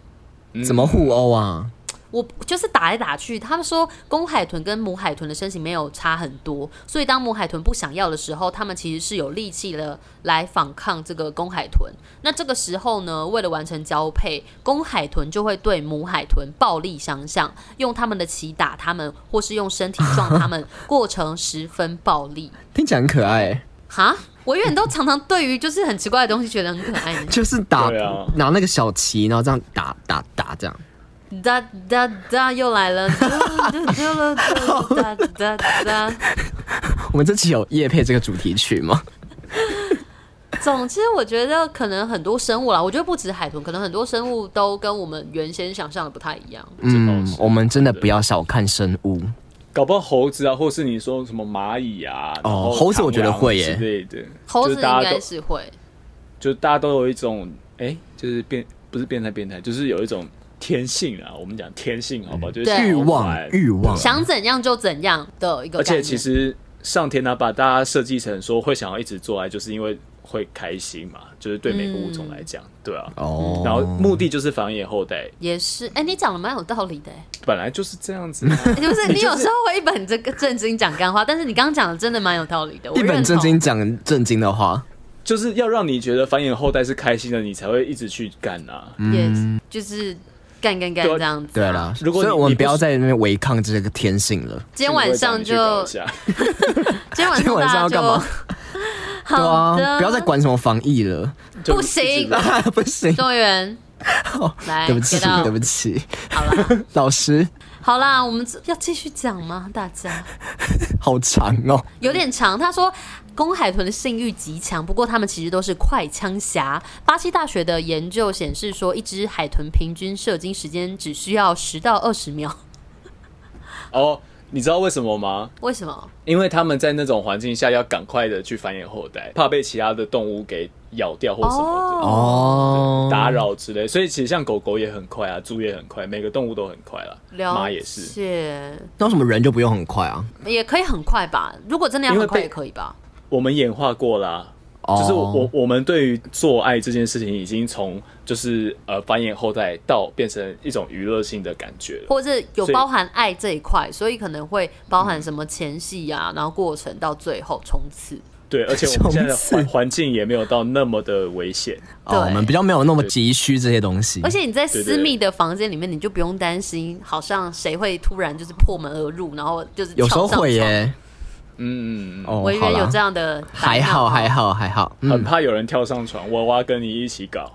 [SPEAKER 2] 嗯
[SPEAKER 3] 怎么互殴啊？
[SPEAKER 4] 我就是打来打去，他们说公海豚跟母海豚的身形没有差很多，所以当母海豚不想要的时候，他们其实是有力气的来反抗这个公海豚。那这个时候呢，为了完成交配，公海豚就会对母海豚暴力相向，用他们的鳍打他们，或是用身体撞他们，过程十分暴力。
[SPEAKER 3] 听起来很可爱，
[SPEAKER 4] 哈，我永远都常常对于就是很奇怪的东西觉得很可爱呢。
[SPEAKER 3] 就是打、
[SPEAKER 2] 对啊
[SPEAKER 3] 拿那个小旗，然后这样打打打这样。
[SPEAKER 4] 哒哒哒，又来了，哒哒哒哒哒哒。
[SPEAKER 3] 我们这期有夜配这个主题曲吗？
[SPEAKER 4] 总之，我觉得可能很多生物啦，我觉得不止海豚，可能很多生物都跟我们原先想象的不太一样。
[SPEAKER 2] 嗯
[SPEAKER 3] 嗯，我们真的不要小看生物。
[SPEAKER 2] 搞不好猴子啊，或是你说什么蚂蚁啊，然后
[SPEAKER 3] 哦猴子我觉得会耶
[SPEAKER 2] 螳螂之类的，
[SPEAKER 4] 猴子
[SPEAKER 2] 就
[SPEAKER 4] 应
[SPEAKER 2] 大家
[SPEAKER 4] 该
[SPEAKER 2] 都
[SPEAKER 4] 是会，
[SPEAKER 2] 就大家都有一种哎、就是变不是变态变态，就是有一种天性啊，我们讲天性好不好？就是
[SPEAKER 4] 对
[SPEAKER 2] 想
[SPEAKER 3] 欲
[SPEAKER 2] 要
[SPEAKER 3] 望
[SPEAKER 2] 玩，
[SPEAKER 3] 欲望，
[SPEAKER 4] 想怎样就怎样的一个
[SPEAKER 2] 而
[SPEAKER 4] 概
[SPEAKER 2] 且
[SPEAKER 4] 念。
[SPEAKER 2] 其实上天呢、把大家设计成说会想要一直做爱，就是因为会开心嘛，就是对每个物种来讲，对啊。
[SPEAKER 4] 嗯
[SPEAKER 3] 哦
[SPEAKER 2] 然后目的就是繁衍后代，
[SPEAKER 4] 也是，哎、你讲的蛮有道理
[SPEAKER 3] <laughs>
[SPEAKER 4] 的、哎
[SPEAKER 2] 本来就是这样子、
[SPEAKER 4] <laughs>
[SPEAKER 2] 啊。
[SPEAKER 4] 就是你有时候会一本这个正经讲干话，但是你刚刚讲的真的蛮有道理的，我
[SPEAKER 3] 一本
[SPEAKER 4] 认
[SPEAKER 3] 正
[SPEAKER 4] 同。
[SPEAKER 3] 经讲正经的话，
[SPEAKER 2] 就是要让你觉得繁衍后代是开心的，你才会一直去干啊。
[SPEAKER 4] 也就是干干干
[SPEAKER 2] 对啊
[SPEAKER 4] 这样子。
[SPEAKER 3] 嗯对了，
[SPEAKER 2] 如果你
[SPEAKER 3] 所以我
[SPEAKER 2] 你
[SPEAKER 3] 们
[SPEAKER 2] 不
[SPEAKER 3] 不要
[SPEAKER 2] 是
[SPEAKER 3] 在那边违抗这个天性了。
[SPEAKER 4] 今天晚上
[SPEAKER 2] 所以我
[SPEAKER 4] 就
[SPEAKER 2] 会讲你去搞一下
[SPEAKER 4] 今天晚
[SPEAKER 3] 啊今天
[SPEAKER 4] 上
[SPEAKER 3] 晚上
[SPEAKER 4] 大家
[SPEAKER 3] 要
[SPEAKER 4] 就
[SPEAKER 3] 干嘛？对
[SPEAKER 4] <laughs> 好的，
[SPEAKER 3] 啊，不要
[SPEAKER 4] <laughs>
[SPEAKER 3] 再管什么防疫了， <laughs>
[SPEAKER 2] 就
[SPEAKER 4] 不行 <laughs>
[SPEAKER 2] 一直
[SPEAKER 3] 不行，
[SPEAKER 4] 动
[SPEAKER 3] <laughs>
[SPEAKER 4] 物园
[SPEAKER 3] 好
[SPEAKER 4] 来
[SPEAKER 3] 哦对不起，
[SPEAKER 4] get out
[SPEAKER 3] 对不起，
[SPEAKER 4] 好啦，
[SPEAKER 3] 老师，
[SPEAKER 4] 好啦，我们要继续讲吗？大家
[SPEAKER 3] 好长哦。
[SPEAKER 4] 有点长。他说，公海豚的性欲极强，不过他们其实都是快枪侠。巴西大学的研究显示说，一只海豚平均射精时间只需要十到二十秒。
[SPEAKER 2] 哦，你知道为什么吗？
[SPEAKER 4] 为什么？
[SPEAKER 2] 因为他们在那种环境下要赶快的去繁衍后代，怕被其他的动物给咬掉或什么
[SPEAKER 4] 哦
[SPEAKER 3] 哦
[SPEAKER 2] 的、，打扰之类。所以其实像狗狗也很快啊，猪也很快，每个动物都很快啦，
[SPEAKER 4] 了
[SPEAKER 2] 马也是。
[SPEAKER 4] 解，
[SPEAKER 3] 那为什么人就不用很快啊？
[SPEAKER 4] 也可以很快吧？如果真的要
[SPEAKER 2] 因为
[SPEAKER 4] 很快，
[SPEAKER 2] 被
[SPEAKER 4] 也可以吧？
[SPEAKER 2] 我们演化过啦。
[SPEAKER 3] 哦
[SPEAKER 2] 就是我我我们对于做爱这件事情，已经从就是呃繁衍后代到变成一种娱乐性的感觉了。
[SPEAKER 4] 或者
[SPEAKER 2] 所
[SPEAKER 4] 有
[SPEAKER 2] 以嗯
[SPEAKER 4] 包含爱这一块，所以可能会包含什么前戏啊，然后过程到最后冲刺。
[SPEAKER 2] 对，而且我们现在的
[SPEAKER 3] 冲
[SPEAKER 2] 环
[SPEAKER 3] 刺
[SPEAKER 2] 环境也没有到那么的危险。
[SPEAKER 3] 哦，我们比较没有那么急需这些东西，
[SPEAKER 4] 而且你在
[SPEAKER 2] 对
[SPEAKER 4] 私密的房间里面，你就不用担心，好像谁会突然就是破门而入，然后就是
[SPEAKER 3] 有时候
[SPEAKER 4] 跳上
[SPEAKER 3] 会
[SPEAKER 4] 床。
[SPEAKER 3] 耶。
[SPEAKER 2] 嗯嗯嗯，
[SPEAKER 3] 哦，
[SPEAKER 4] 我以
[SPEAKER 3] 好
[SPEAKER 4] 为
[SPEAKER 3] 啦
[SPEAKER 4] 有这样的烦
[SPEAKER 3] 还
[SPEAKER 4] 恼，
[SPEAKER 3] 好还好还好，
[SPEAKER 2] 很
[SPEAKER 3] 嗯，
[SPEAKER 2] 怕有人跳上床，我我要跟你一起搞。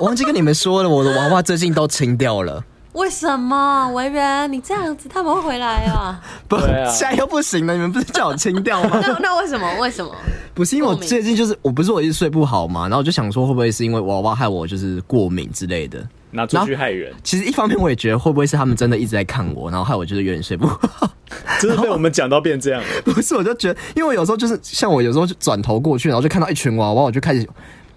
[SPEAKER 3] 我忘记跟你们说了，我的娃娃最近都清掉了，
[SPEAKER 4] 为什么维仁你这样子他们会回来 <laughs> 啊？
[SPEAKER 2] <laughs>
[SPEAKER 3] 不，
[SPEAKER 2] 对啊
[SPEAKER 3] 现在又不行了，你们不是叫我清掉
[SPEAKER 4] <laughs>
[SPEAKER 3] 吗？
[SPEAKER 4] 那那为什么？为什么？
[SPEAKER 3] 不是因为我
[SPEAKER 4] 过敏
[SPEAKER 3] 最近就是我不是我一直睡不好嘛，然后我就想说会不会是因为娃娃害我就是过敏之类的。
[SPEAKER 2] 拿出去害人，
[SPEAKER 3] 其实一方面我也觉得会不会是他们真的一直在看我，然后害我就是有点睡不好。
[SPEAKER 2] 真的被我们讲到变这样了。
[SPEAKER 3] <laughs> 不是，我就觉得，因为我有时候就是像我有时候就转头过去，然后就看到一群娃娃，我就开始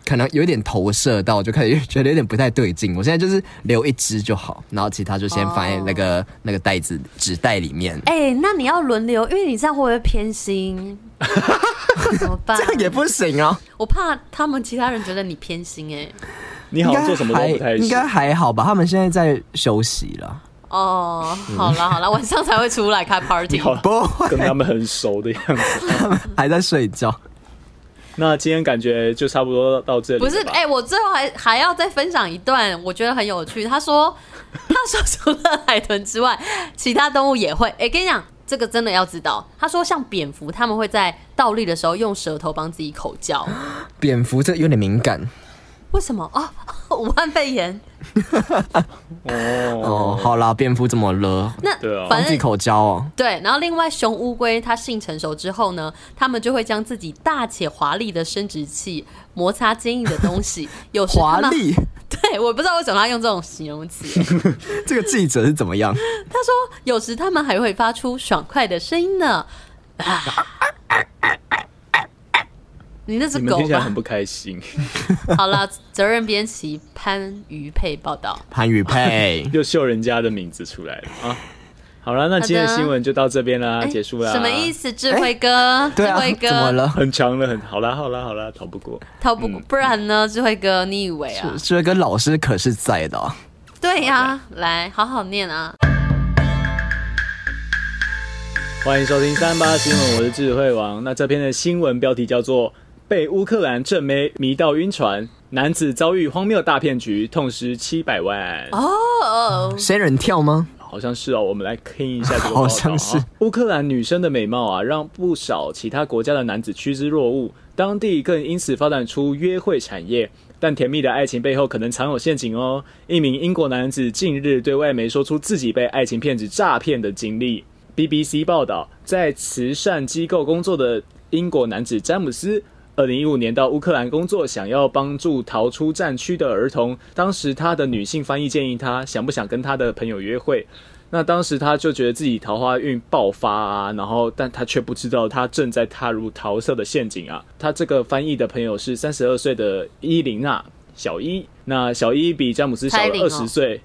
[SPEAKER 3] 可能有点投射到，我就开始觉得有点不太对劲。我现在就是留一只就好，然后其他就先放在那个、那个袋子纸袋里面。
[SPEAKER 4] <laughs> 哎、那你要轮流，因为你这样会不会偏 <laughs> 心？怎么办
[SPEAKER 3] 这？样也不行啊，
[SPEAKER 4] 我怕他们其他人觉得你偏心哎、
[SPEAKER 2] 你好像做什么都不太
[SPEAKER 3] 应
[SPEAKER 2] 行
[SPEAKER 3] 该。还好吧？他们现在在休息了，
[SPEAKER 4] 哦，好啦好啦，晚上才会出来 <laughs> 开 party
[SPEAKER 2] 你。好，
[SPEAKER 3] 不会
[SPEAKER 2] 跟他们很熟的样子。
[SPEAKER 3] 还在睡觉。
[SPEAKER 2] <laughs> 那今天感觉就差不多到这里了
[SPEAKER 4] 不
[SPEAKER 2] 吧。
[SPEAKER 4] 是，哎、我最后还还要再分享一段，我觉得很有趣。他说， <laughs> 他说除了海豚之外，其他动物也会。哎、跟你讲，这个真的要知道。他说，像蝙蝠，他们会在倒立的时候用舌头帮自己口交。
[SPEAKER 3] 蝙蝠这有点敏感
[SPEAKER 4] 为什么？哦， <laughs> 武汉肺炎。
[SPEAKER 3] 哦。好啦，蝙蝠怎么了？
[SPEAKER 4] 那
[SPEAKER 2] 对啊
[SPEAKER 3] 帮自
[SPEAKER 4] 反
[SPEAKER 3] 己
[SPEAKER 4] 正
[SPEAKER 3] 口交哦。
[SPEAKER 4] 对，然后另外雄乌龟它性成熟之后呢，它们就会将自己大且华丽的生殖器摩擦坚硬的东西，有时它
[SPEAKER 3] 华
[SPEAKER 4] 们
[SPEAKER 3] 丽，
[SPEAKER 4] <laughs> 对，我不知道为什么他用这种形容词。
[SPEAKER 3] 这个记者是怎么样？
[SPEAKER 4] 他说，有时他们还会发出爽快的声音呢。你那只
[SPEAKER 2] 你们
[SPEAKER 4] 狗
[SPEAKER 2] 听起来很
[SPEAKER 4] 吧？
[SPEAKER 2] 不开
[SPEAKER 3] <laughs>
[SPEAKER 2] 心，，
[SPEAKER 4] <laughs> 好啦，责任编辑潘于佩报道。
[SPEAKER 3] 潘宇佩
[SPEAKER 2] 又秀人家的名字出来了啊！好了，那今天的
[SPEAKER 4] 好的
[SPEAKER 2] 新闻就到这边啦，
[SPEAKER 4] 哎
[SPEAKER 2] 结束啦。
[SPEAKER 4] 什么意？思？智
[SPEAKER 3] 哎
[SPEAKER 4] 慧哥，
[SPEAKER 3] 对啊
[SPEAKER 4] 智慧，
[SPEAKER 3] 怎么
[SPEAKER 4] 哥，
[SPEAKER 3] 了？
[SPEAKER 2] 很长了，很好啦，好啦，好啦，逃不过。
[SPEAKER 4] 逃不不然呢？智慧哥，你以为啊？
[SPEAKER 3] 这个老师可是在的哦、
[SPEAKER 4] 对呀、来好好念啊！
[SPEAKER 2] 欢迎收听三八新闻，我是智慧王。那这篇的新闻标题叫做《被乌克兰正妹迷到晕船，男子遭遇荒谬大骗局，痛失七百万》。
[SPEAKER 4] 哦，
[SPEAKER 3] 仙人跳吗？
[SPEAKER 2] 好像是哦，我们来听一下这个报道、啊。
[SPEAKER 3] 好像是
[SPEAKER 2] 乌克兰女生的美貌啊，让不少其他国家的男子趋之若鹜，当地更因此发展出约会产业。但甜蜜的爱情背后可能藏有陷阱哦。一名英国男子近日对外媒说出自己被爱情骗子诈骗的经历。BBC 报道，在慈善机构工作的英国男子詹姆斯。二零一五年到乌克兰工作，想要帮助逃出战区的儿童。当时他的女性翻译建议他想不想跟他的朋友约会，那当时他就觉得自己桃花运爆发啊，然后但他却不知道他正在踏入桃色的陷阱啊。他这个翻译的朋友是三十二岁的伊琳娜小伊，那小伊比詹姆斯小
[SPEAKER 4] 猜
[SPEAKER 2] 了
[SPEAKER 4] 零
[SPEAKER 2] 二
[SPEAKER 4] 哦
[SPEAKER 2] 十岁，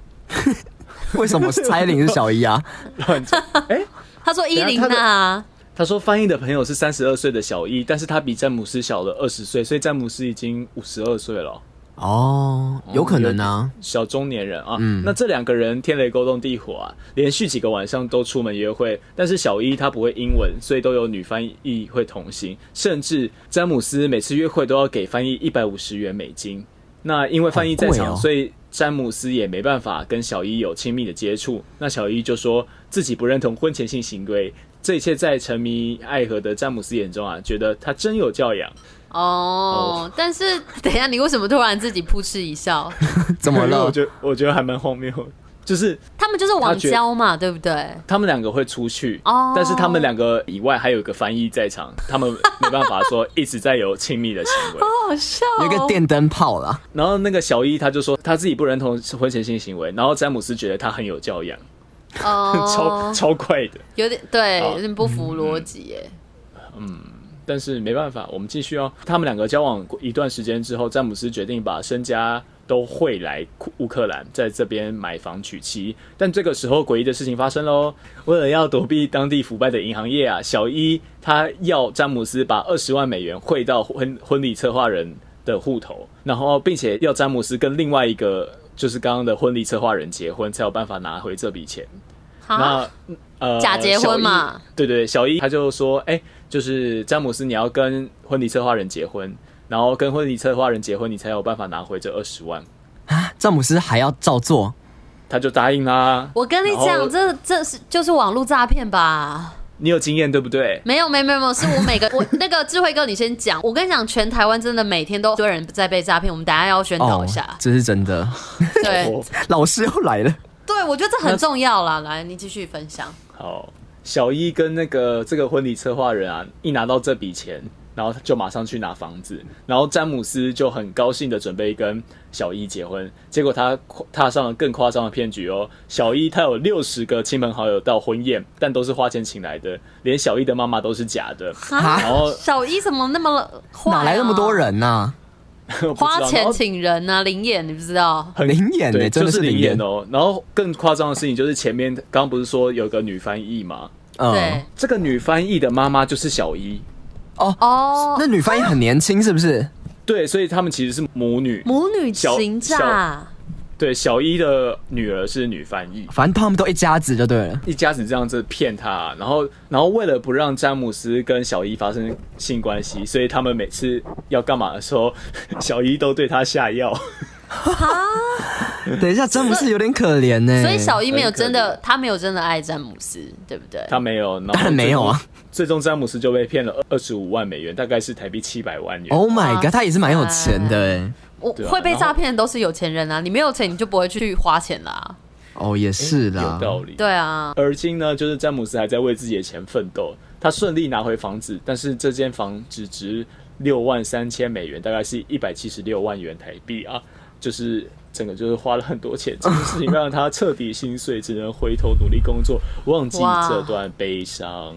[SPEAKER 3] <laughs> 为什么猜零是小一啊？
[SPEAKER 2] <laughs> 乱讲。哎、
[SPEAKER 4] 他说伊
[SPEAKER 2] 下
[SPEAKER 4] 琳
[SPEAKER 2] 他的
[SPEAKER 4] 娜啊，
[SPEAKER 2] 他说翻译的朋友是三十二岁的小伊，但是他比詹姆斯小了二十岁，所以詹姆斯已经五十二岁了。
[SPEAKER 3] <laughs> 哦，有可能啊。嗯
[SPEAKER 2] 小中年人啊。那这两个人天雷勾动地火啊，连续几个晚上都出门约会，但是小一他不会英文，所以都有女翻译会同行，甚至詹姆斯每次约会都要给翻译一百五十元美金。那因为翻译在
[SPEAKER 3] 好贵
[SPEAKER 2] 场，
[SPEAKER 3] 哦
[SPEAKER 2] 所以詹姆斯也没办法跟小一有亲密的接触。那小一就说自己不认同婚前性行为，这一切在沉迷爱河的詹姆斯眼中啊，觉得他真有教养。
[SPEAKER 4] 哦，但是等一下，你为什么突然自己扑哧一笑？
[SPEAKER 3] <laughs> 怎
[SPEAKER 2] <laughs>
[SPEAKER 3] 么
[SPEAKER 2] 因为我
[SPEAKER 3] 了？
[SPEAKER 2] 觉得我觉得还蛮荒谬的，就是
[SPEAKER 4] 他们就是
[SPEAKER 2] 他
[SPEAKER 4] 网
[SPEAKER 2] 觉
[SPEAKER 4] 交嘛，对不对？
[SPEAKER 2] 他们两个会出去，
[SPEAKER 4] 哦
[SPEAKER 2] 但是他们两个以外还有一个翻译在
[SPEAKER 4] <laughs>
[SPEAKER 2] 场，他们没办法说一直在有亲密的行为。
[SPEAKER 4] 好好笑哦、
[SPEAKER 3] 有一个电灯泡啦，
[SPEAKER 2] 然后那个小一他就说他自己不认同婚前性行为，然后詹姆斯觉得他很有教养， <laughs> 超
[SPEAKER 4] 哦，
[SPEAKER 2] 超快的。
[SPEAKER 4] 有点对，
[SPEAKER 2] 好
[SPEAKER 4] 有点不符逻辑耶。
[SPEAKER 2] 但是没办法，我们继续哦。他们两个交往一段时间之后，詹姆斯决定把身家都汇来乌克兰，在这边买房娶妻。但这个时候，诡异的事情发生喽。为了要躲避当地腐败的银行业啊，小伊他要詹姆斯把二十万美元汇到婚婚礼策划人的户头，然后并且要詹姆斯跟另外一个就是刚刚的婚礼策划人结婚，才有办法拿回这笔钱。
[SPEAKER 4] 啊，
[SPEAKER 2] 那呃，
[SPEAKER 4] <laughs> 假结婚嘛
[SPEAKER 2] 小一，对对对，小一他就说，哎、就是詹姆斯，你要跟婚礼策划人结婚，然后跟婚礼策划人结婚，你才有办法拿回这二十万。
[SPEAKER 3] 啊詹姆斯还要照做，
[SPEAKER 2] 他就答应啦。
[SPEAKER 4] 我跟你
[SPEAKER 2] 然后
[SPEAKER 4] 讲，这这是就是网络诈骗吧？
[SPEAKER 2] 你有经验对不对？
[SPEAKER 4] 没有，没有，没有，没有，是我每个我那个智慧哥，你先讲。我跟你讲，全台湾真的每天都有人在被诈骗，我们等一下要宣导一下。
[SPEAKER 3] 哦这是真的。 <laughs>
[SPEAKER 4] 对，
[SPEAKER 2] <laughs> 哦
[SPEAKER 3] 老师又来了，
[SPEAKER 4] 对，我觉得这很重要啦。来，你继续分享。
[SPEAKER 2] 好，小一跟那个这个婚礼策划人啊，一拿到这笔钱，然后他就马上去拿房子，然后詹姆斯就很高兴的准备跟小一结婚，结果他踏上了更夸张的骗局哦。小一他有六十个亲朋好友到婚宴，但都是花钱请来的，连小一的妈妈都是假的，
[SPEAKER 4] 啊
[SPEAKER 2] 然后
[SPEAKER 4] 小一怎么那么坏、啊？
[SPEAKER 3] 哪来那么多？人啊呐、
[SPEAKER 4] 花钱
[SPEAKER 2] 请。
[SPEAKER 4] 请人啊，灵眼，你不知道？
[SPEAKER 2] 很
[SPEAKER 3] 灵眼
[SPEAKER 2] 对
[SPEAKER 3] 欸真
[SPEAKER 2] 就
[SPEAKER 3] 的是
[SPEAKER 2] 是灵
[SPEAKER 3] 灵眼
[SPEAKER 2] 眼哦。然后更夸张的事情就是前面刚刚不是说有个女翻译嘛，
[SPEAKER 4] 对
[SPEAKER 3] 嗯，，
[SPEAKER 2] 这个女翻译的妈妈就是小一，
[SPEAKER 4] 哦，
[SPEAKER 3] 那女翻译很年轻，是不是？
[SPEAKER 2] 对，所以他们其实是母女。
[SPEAKER 4] 母女情
[SPEAKER 2] 小
[SPEAKER 4] 诈，
[SPEAKER 2] 对，小一的女儿是女翻译，
[SPEAKER 3] 反正他们都一家子就 <laughs> 对了。
[SPEAKER 2] 一家子这样子骗他，然后，然后为了不让詹姆斯跟小一发生性关系，所以他们每次要干嘛的时候， <laughs> 小一都对他下药。 <laughs>
[SPEAKER 3] 等一下，詹姆斯有点可怜欸呢、
[SPEAKER 4] 所以小一没有
[SPEAKER 2] 很可
[SPEAKER 4] 真的，他没有真的爱詹姆斯，对不对？
[SPEAKER 2] 他没有，然后
[SPEAKER 3] 当然 <laughs> 没有啊
[SPEAKER 2] 最终。最终詹姆斯就被骗了二十五万美元，大概是台币七百万元。
[SPEAKER 3] ，Oh
[SPEAKER 4] 啊
[SPEAKER 3] my god，他也是蛮有钱的哎、
[SPEAKER 4] 我
[SPEAKER 2] 对啊
[SPEAKER 4] 会被
[SPEAKER 2] 然后
[SPEAKER 4] 诈骗的都是有钱人啊，你没有钱你就不会去花钱啦。
[SPEAKER 3] 哦，也是
[SPEAKER 2] 有
[SPEAKER 3] 啦。
[SPEAKER 2] 道理。
[SPEAKER 4] 对啊，
[SPEAKER 2] 而今呢，就是詹姆斯还在为自己的钱奋斗，他顺利拿回房子，但是这间房只值六万三千美元，大概是一百七十六万元台币啊，就是整个就是花了很多钱，这件事情让他彻底心碎，只能回头努力工作，忘记
[SPEAKER 4] 哇
[SPEAKER 2] 这段悲伤。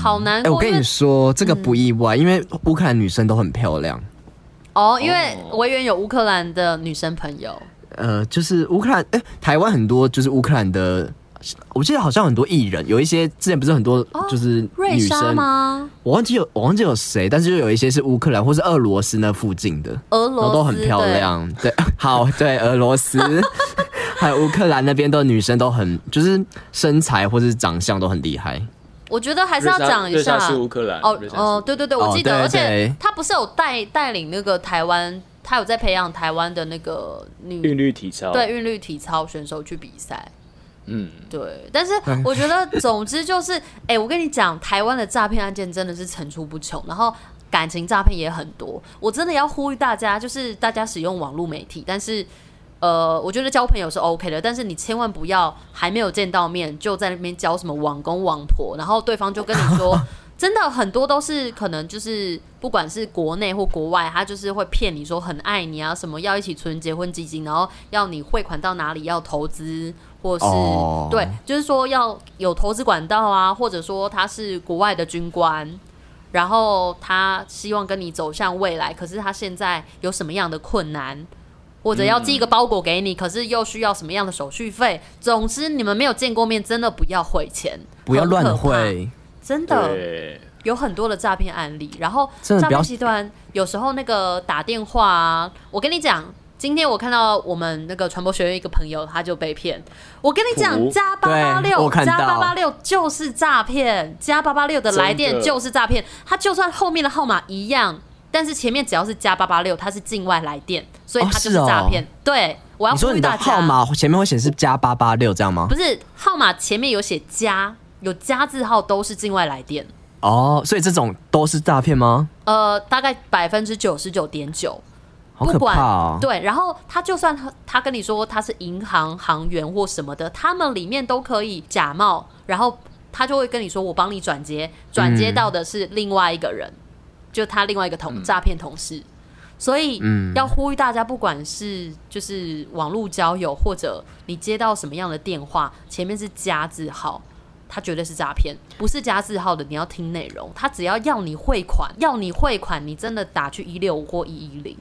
[SPEAKER 4] 好难
[SPEAKER 3] 哎、
[SPEAKER 4] 过。
[SPEAKER 3] 我跟
[SPEAKER 4] 因为
[SPEAKER 3] 你说，这个
[SPEAKER 4] 嗯
[SPEAKER 3] 不意外，因为乌克兰女生都很漂亮。
[SPEAKER 4] 哦，因为
[SPEAKER 2] 哦
[SPEAKER 4] 维园有乌克兰的女生朋友，
[SPEAKER 3] 呃，就是乌克兰，哎、台湾很多就是乌克兰的，我记得好像很多艺人，有一些之前不是很多就是
[SPEAKER 4] 哦瑞
[SPEAKER 3] 女
[SPEAKER 4] 莎
[SPEAKER 3] 生，
[SPEAKER 4] 吗？
[SPEAKER 3] 我忘记有我忘记有谁，但是就有一些是乌克兰或是俄罗斯那附近的，
[SPEAKER 4] 俄
[SPEAKER 3] 然
[SPEAKER 4] 罗
[SPEAKER 3] 后
[SPEAKER 4] 斯
[SPEAKER 3] 都很漂
[SPEAKER 4] 对
[SPEAKER 3] 亮。对， <laughs> 好，对，俄罗斯
[SPEAKER 4] <laughs>
[SPEAKER 3] 还有乌克兰那边的女生都很，就是身材或是长相都很厉害。
[SPEAKER 4] 我觉得还是
[SPEAKER 2] 瑞
[SPEAKER 4] 要
[SPEAKER 2] 莎
[SPEAKER 4] 讲一
[SPEAKER 2] 瑞
[SPEAKER 4] 下
[SPEAKER 2] 莎。是乌克兰
[SPEAKER 4] 哦
[SPEAKER 2] 瑞莎是乌克兰
[SPEAKER 4] 哦，对对对，我
[SPEAKER 3] 哦
[SPEAKER 4] 记得，
[SPEAKER 3] 对
[SPEAKER 4] 而且
[SPEAKER 3] 对
[SPEAKER 4] 他不是有带带领那个台湾，他有在培养台湾的那个
[SPEAKER 2] 韵
[SPEAKER 4] 女
[SPEAKER 2] 律体操，
[SPEAKER 4] 对，韵律体操选手去比赛。
[SPEAKER 2] 嗯，
[SPEAKER 4] 对，但是我觉得，总之就是，哎、我跟你讲，台湾的诈骗案件真的是层出不穷，然后感情诈骗也很多。我真的要呼吁大家，就是大家使用网络媒体，但是。呃，我觉得交朋友是 OK 的，但是你千万不要还没有见到面就在那边交什么网公网婆，然后对方就跟你说，真的很多都是可能就是不管是国内或国外，他就是会骗你说很爱你啊，什么要一起存结婚基金，然后要你汇款到哪里要投资，或是、
[SPEAKER 3] 哦
[SPEAKER 4] 对，就是说要有投资管道啊，或者说他是国外的军官，然后他希望跟你走向未来，可是他现在有什么样的困难，或者要寄一个包裹给你，可是又需要什么样的手续费？总之，你们没有见过面，真的不要汇钱，
[SPEAKER 3] 不要
[SPEAKER 4] 很可
[SPEAKER 3] 乱
[SPEAKER 4] 怕，
[SPEAKER 3] 会，
[SPEAKER 4] 真的
[SPEAKER 2] 对，
[SPEAKER 4] 有很多的诈骗案例。然后
[SPEAKER 3] 真的
[SPEAKER 4] 诈
[SPEAKER 3] 不要
[SPEAKER 4] 骗集团有时候那个打电话啊，我跟你讲。今天我看到我们那个传播学院一个朋友，他就被骗。我跟你讲，
[SPEAKER 2] 图
[SPEAKER 4] 加八八
[SPEAKER 3] 对我
[SPEAKER 4] 六
[SPEAKER 3] 看
[SPEAKER 4] 加
[SPEAKER 3] 到
[SPEAKER 4] 八八六就是诈骗，加八八六的来电
[SPEAKER 2] 真的
[SPEAKER 4] 就是诈骗。他就算后面的号码一样，但是前面只要是加八八六，它是境外来电，所以
[SPEAKER 3] 哦
[SPEAKER 4] 它就是
[SPEAKER 3] 哦
[SPEAKER 4] 诈骗。对，我要
[SPEAKER 3] 你说
[SPEAKER 4] 呼吁
[SPEAKER 3] 你的
[SPEAKER 4] 大家，
[SPEAKER 3] 号码前面会显示加八八六这样吗
[SPEAKER 4] 不？是号码前面有写加，有加字号都是境外来电。
[SPEAKER 3] 哦，所以这种都是诈骗吗？
[SPEAKER 4] 呃，大概百分之九十九点九，
[SPEAKER 3] 好
[SPEAKER 4] 不
[SPEAKER 3] 可
[SPEAKER 4] 管、
[SPEAKER 3] 怕哦！
[SPEAKER 4] 对，然后他就算他他跟你说他是银行行员或什么的，他们里面都可以假冒，然后他就会跟你说我帮你转接，转
[SPEAKER 3] 嗯
[SPEAKER 4] 接到的是另外一个人，就他另外一个同诈骗同事。所以
[SPEAKER 3] 嗯
[SPEAKER 4] 要呼吁大家，不管是就是网络交友，或者你接到什么样的电话，前面是加字号，它绝对是诈骗，不是加字号的，你要听内容。他只要要你汇款，要你汇款，你真的打去一六五或一一零，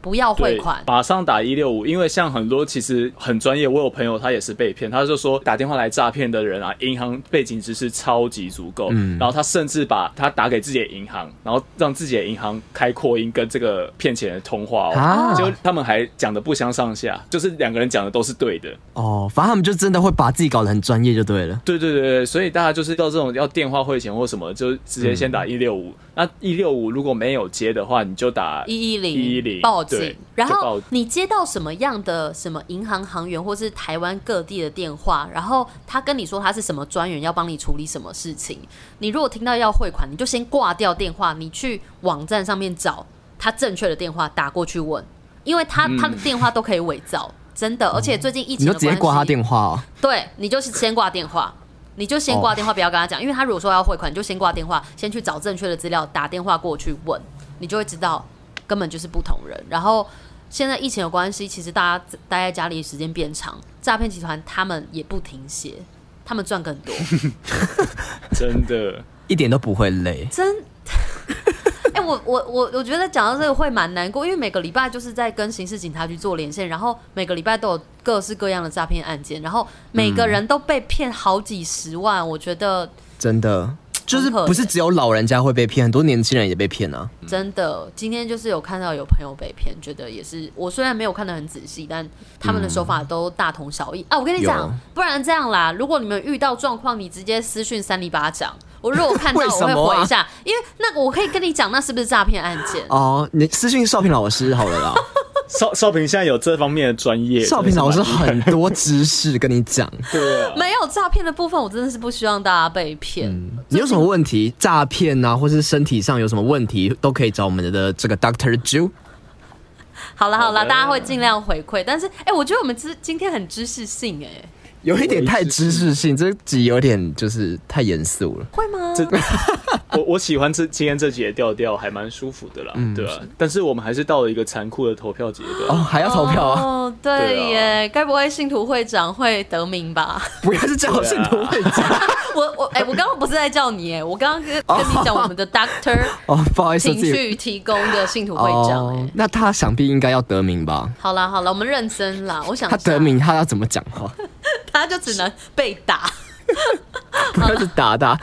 [SPEAKER 4] 不要汇
[SPEAKER 2] 对，
[SPEAKER 4] 款。
[SPEAKER 2] 马上打一六五，因为像很多其实很专业，我有朋友他也是被骗，他就说打电话来诈骗的人啊，银行背景知识超级足够，
[SPEAKER 4] 嗯
[SPEAKER 2] 然后他甚至把他打给自己的银行，然后让自己的银行开扩音跟这个骗钱的通话哦
[SPEAKER 3] 啊，
[SPEAKER 2] 结果他们还讲的不相上下，就是两个人讲的都是对的，
[SPEAKER 3] 哦，反正他们就真的会把自己搞得很专业就对了。
[SPEAKER 2] 对对对对，所以大家就是到这种要电话汇钱或什么，就直接先打一六五，那一六五如果没有接的话，你就打
[SPEAKER 4] 嗯一一零
[SPEAKER 2] 110
[SPEAKER 4] 报
[SPEAKER 2] 对
[SPEAKER 4] 警，然
[SPEAKER 2] 就报
[SPEAKER 4] 后
[SPEAKER 2] 警
[SPEAKER 4] 你接到什么样的什么银行行员或是台湾各地的电话，然后他跟你说他是什么专员，要帮你处理什么事情，你如果听到要汇款，你就先挂掉电话，你去网站上面找他正确的电话打过去问，因为他、他的电话都可以伪造，真的，而且最近疫
[SPEAKER 3] 你
[SPEAKER 4] 情
[SPEAKER 3] 就
[SPEAKER 4] 的
[SPEAKER 3] 直接挂他
[SPEAKER 4] 关系
[SPEAKER 3] 电话哦。
[SPEAKER 4] 对你就是先挂电话，你就先挂电话，不要跟他讲，因为他如果说要汇款，你就先挂电话，先去找正确的资料，打电话过去问，你就会知道根本就是不同人。然后现在疫情有关系，其实大家待在家里时间变长，诈骗集团他们也不停歇，他们赚更多，
[SPEAKER 2] 真的。
[SPEAKER 3] 一点都不会累。
[SPEAKER 4] 真。哎、我我我我觉得讲到这个会蛮难过，因为每个礼拜就是在跟刑事警察局做连线，然后每个礼拜都有各式各样的诈骗案件，然后每个人都被骗好几十万，我觉得
[SPEAKER 3] 真的，就是
[SPEAKER 4] 可怜
[SPEAKER 3] 不是只有老人家会被骗，很多年轻人也被骗啊。
[SPEAKER 4] 真的，今天就是有看到有朋友被骗，觉得也是。我虽然没有看得很仔细，但他们的手法都大同小异、啊。我跟你讲
[SPEAKER 3] 嗯有，
[SPEAKER 4] 不然这样啦，如果你们遇到状况，你直接私讯三里巴掌。我如果
[SPEAKER 3] <laughs>
[SPEAKER 4] 看到，
[SPEAKER 3] 为
[SPEAKER 4] 我
[SPEAKER 3] 什么
[SPEAKER 4] 会
[SPEAKER 3] 啊
[SPEAKER 4] 回一下，因为那个我可以跟你讲，那是不是诈骗案件？
[SPEAKER 3] 哦，你私信少平老师好了
[SPEAKER 4] <laughs>
[SPEAKER 3] 啦，
[SPEAKER 2] 少少平现在有这方面的专业，
[SPEAKER 3] 少平老师
[SPEAKER 2] 真的是蛮厉
[SPEAKER 3] 很多知识跟你
[SPEAKER 4] <laughs>
[SPEAKER 3] 讲。
[SPEAKER 2] 害对啊，
[SPEAKER 4] 没有诈骗的部分，我真的是不希望大家被骗。
[SPEAKER 3] 你有什么问题？诈骗啊，或是身体上有什么问题，都可以找我们的这个 Doctor Ju。
[SPEAKER 4] 好了好
[SPEAKER 2] 好
[SPEAKER 4] 了，
[SPEAKER 2] 的
[SPEAKER 4] 大家会尽量回馈，但是哎、我觉得我们今今天很知识性哎、
[SPEAKER 3] 有一点太知识性，这集有点就是太严肃了。
[SPEAKER 4] 会吗？
[SPEAKER 3] <laughs>
[SPEAKER 2] 这我我喜欢这今天这集的调调，还蛮舒服的啦，对啊。但是我们还是到了一个残酷的投票阶
[SPEAKER 3] 嗯哦，
[SPEAKER 2] 段。
[SPEAKER 3] 还要投票啊！
[SPEAKER 4] 哦，对
[SPEAKER 2] 对
[SPEAKER 4] 耶，该不会信徒会长会得名吧？
[SPEAKER 3] 不要是叫我信徒会长
[SPEAKER 4] 我我哎、我刚刚不是在叫你哎，我刚刚跟跟你讲我们
[SPEAKER 3] <laughs>
[SPEAKER 4] 的 Doctor
[SPEAKER 3] 哦，不好意思，
[SPEAKER 4] 情
[SPEAKER 3] 自己
[SPEAKER 4] 绪提供的信徒会长哎、
[SPEAKER 3] 哦，那他想必应该要得名吧？
[SPEAKER 4] 好啦好啦，我们认真啦。我想
[SPEAKER 3] 他
[SPEAKER 4] 一下
[SPEAKER 3] 得，名，他要怎么讲话？
[SPEAKER 4] 他就只能被
[SPEAKER 3] <laughs>
[SPEAKER 4] 打。
[SPEAKER 3] 不要是打他。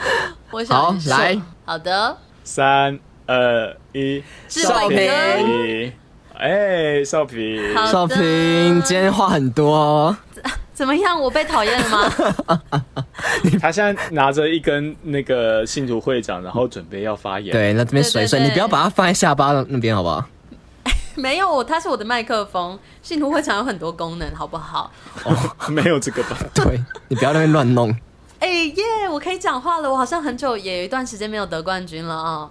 [SPEAKER 4] 我想
[SPEAKER 3] 好
[SPEAKER 4] 一下
[SPEAKER 3] 来，
[SPEAKER 4] 好的，
[SPEAKER 2] 三二一，
[SPEAKER 4] 智
[SPEAKER 3] 少
[SPEAKER 4] 慧
[SPEAKER 3] 平
[SPEAKER 4] 哥，
[SPEAKER 2] 一，哎，少平，
[SPEAKER 4] 好的
[SPEAKER 3] 少平今天话很多哦，
[SPEAKER 4] 怎么样？我被讨厌了吗？ <laughs>
[SPEAKER 2] 他现在拿着一根那个信徒会长，然后准备要发言。，
[SPEAKER 3] 对，那这边水水，
[SPEAKER 4] 对对对
[SPEAKER 3] 你不要把它放在下巴那边好不
[SPEAKER 4] <laughs>
[SPEAKER 3] 好？
[SPEAKER 4] 没有，他是我的麦克风。信徒会长有很多功能，好不好？
[SPEAKER 2] 哦没有这个吧？
[SPEAKER 3] 对，你不要在那边乱弄。
[SPEAKER 4] 哎耶，我可以讲话了。我好像很久也有一段时间没有得冠军了啊、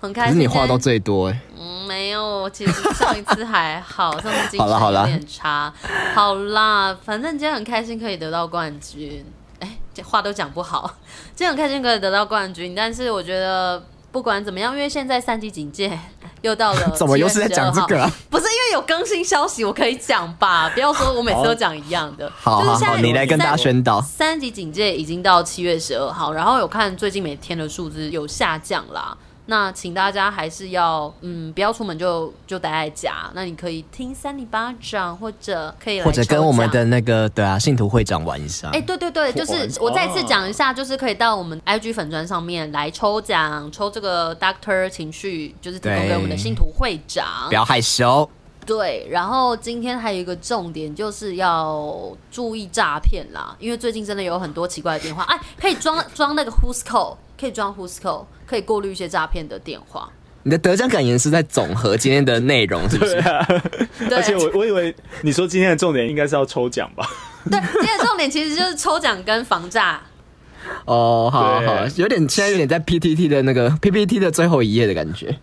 [SPEAKER 4] 很开
[SPEAKER 3] 可是
[SPEAKER 4] 心。
[SPEAKER 3] 你话到最多哎、
[SPEAKER 4] 嗯，没有，其实上一次还好， <laughs> 上次精
[SPEAKER 3] 好啦好
[SPEAKER 4] 神
[SPEAKER 3] 啦
[SPEAKER 4] 有点差。好啦，反正今天很开心可以得到冠军。哎，这话都讲不好。今天很开心可以得到冠军，但是我觉得不管怎么样，因为现在三级警戒又到了7月12
[SPEAKER 3] <laughs>
[SPEAKER 4] 号，
[SPEAKER 3] 怎么又是在讲这个啊
[SPEAKER 4] 不是因为有更新消息，我可以讲吧？不要说我每次都讲一样的。
[SPEAKER 3] 好
[SPEAKER 4] 就是
[SPEAKER 3] 好
[SPEAKER 4] 现在
[SPEAKER 3] 好，你来跟大家
[SPEAKER 4] 三
[SPEAKER 3] 宣导。
[SPEAKER 4] 三级警戒已经到七月十二号，然后有看最近每天的数字有下降啦。那请大家还是要，嗯，不要出门就就待在家。那你可以听三里巴掌，或者可以来
[SPEAKER 3] 或者跟我们
[SPEAKER 4] 抽奖
[SPEAKER 3] 的。那个对啊，信徒会长玩一下。
[SPEAKER 4] 哎、对对对，就是我再次讲一下，就是可以到我们 IG 粉砖上面来抽奖，抽这个 Doctor 情绪，就是提供给我们的信徒会长
[SPEAKER 3] 不。要害羞，
[SPEAKER 4] 对，然后今天还有一个重点就是要注意诈骗啦，因为最近真的有很多奇怪的电话，哎，可以装装那个 Who's Call，可以装 Who's Call，可以过滤一些诈骗的电话。
[SPEAKER 3] 你的得奖感言是在总和今天的内容，是不是？
[SPEAKER 4] 对，
[SPEAKER 2] 而且我我以为你说今天的重点应该是要抽奖吧？
[SPEAKER 4] 对，今天的重点其实就是抽奖跟防诈。
[SPEAKER 3] 哦，好好
[SPEAKER 2] 对
[SPEAKER 3] 好，有点现在有点在 PTT 的那个 PPT 的最后一页的感觉。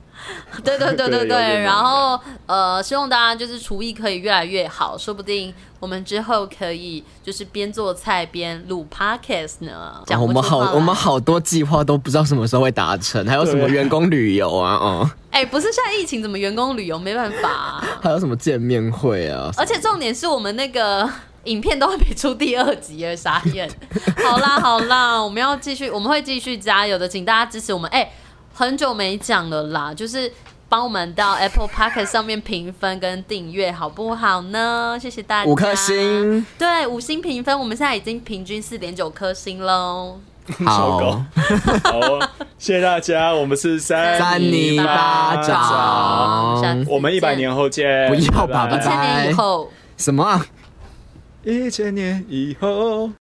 [SPEAKER 4] 对对对
[SPEAKER 2] 对
[SPEAKER 4] 对
[SPEAKER 2] 有点
[SPEAKER 4] 对，
[SPEAKER 2] 难
[SPEAKER 4] 然后呃，希望大家就是厨艺可以越来越好，说不定我们之后可以就是边做菜边录 podcast 呢。讲
[SPEAKER 3] 哦我
[SPEAKER 4] 不
[SPEAKER 3] 们
[SPEAKER 4] 出话来
[SPEAKER 3] 好，我们好多计划都不知道什么时候会达成，还有什么
[SPEAKER 2] 对
[SPEAKER 3] 员工旅游啊，哦，
[SPEAKER 4] 哎、不是现在疫情怎么员工旅游没办法啊、
[SPEAKER 3] 还有什么见面会啊，
[SPEAKER 4] 而且重点是我们那个 <laughs> 影片都还没出第二集耶，傻眼。 <laughs> 好啦好啦，我们要继续，我们会继续加油的，请大家支持我们。哎、很久没讲了啦，就是帮我们到 Apple p o c k e t 上面评分跟订阅，好不好呢？谢谢大家，
[SPEAKER 3] 五颗星，
[SPEAKER 4] 对，五星评分，我们现在已经平均四点九颗星喽。
[SPEAKER 2] 小狗
[SPEAKER 3] 好，
[SPEAKER 2] <laughs> 好哦，谢谢大家，我们是三
[SPEAKER 3] 三
[SPEAKER 2] 泥
[SPEAKER 3] 泥巴
[SPEAKER 4] 好下
[SPEAKER 3] 掌
[SPEAKER 4] 次，
[SPEAKER 2] 我们一百年后见，
[SPEAKER 3] 不要吧
[SPEAKER 4] 一
[SPEAKER 3] 拜
[SPEAKER 4] 千
[SPEAKER 3] 拜
[SPEAKER 4] 年以后。
[SPEAKER 3] 什么啊？
[SPEAKER 2] 一千年以后。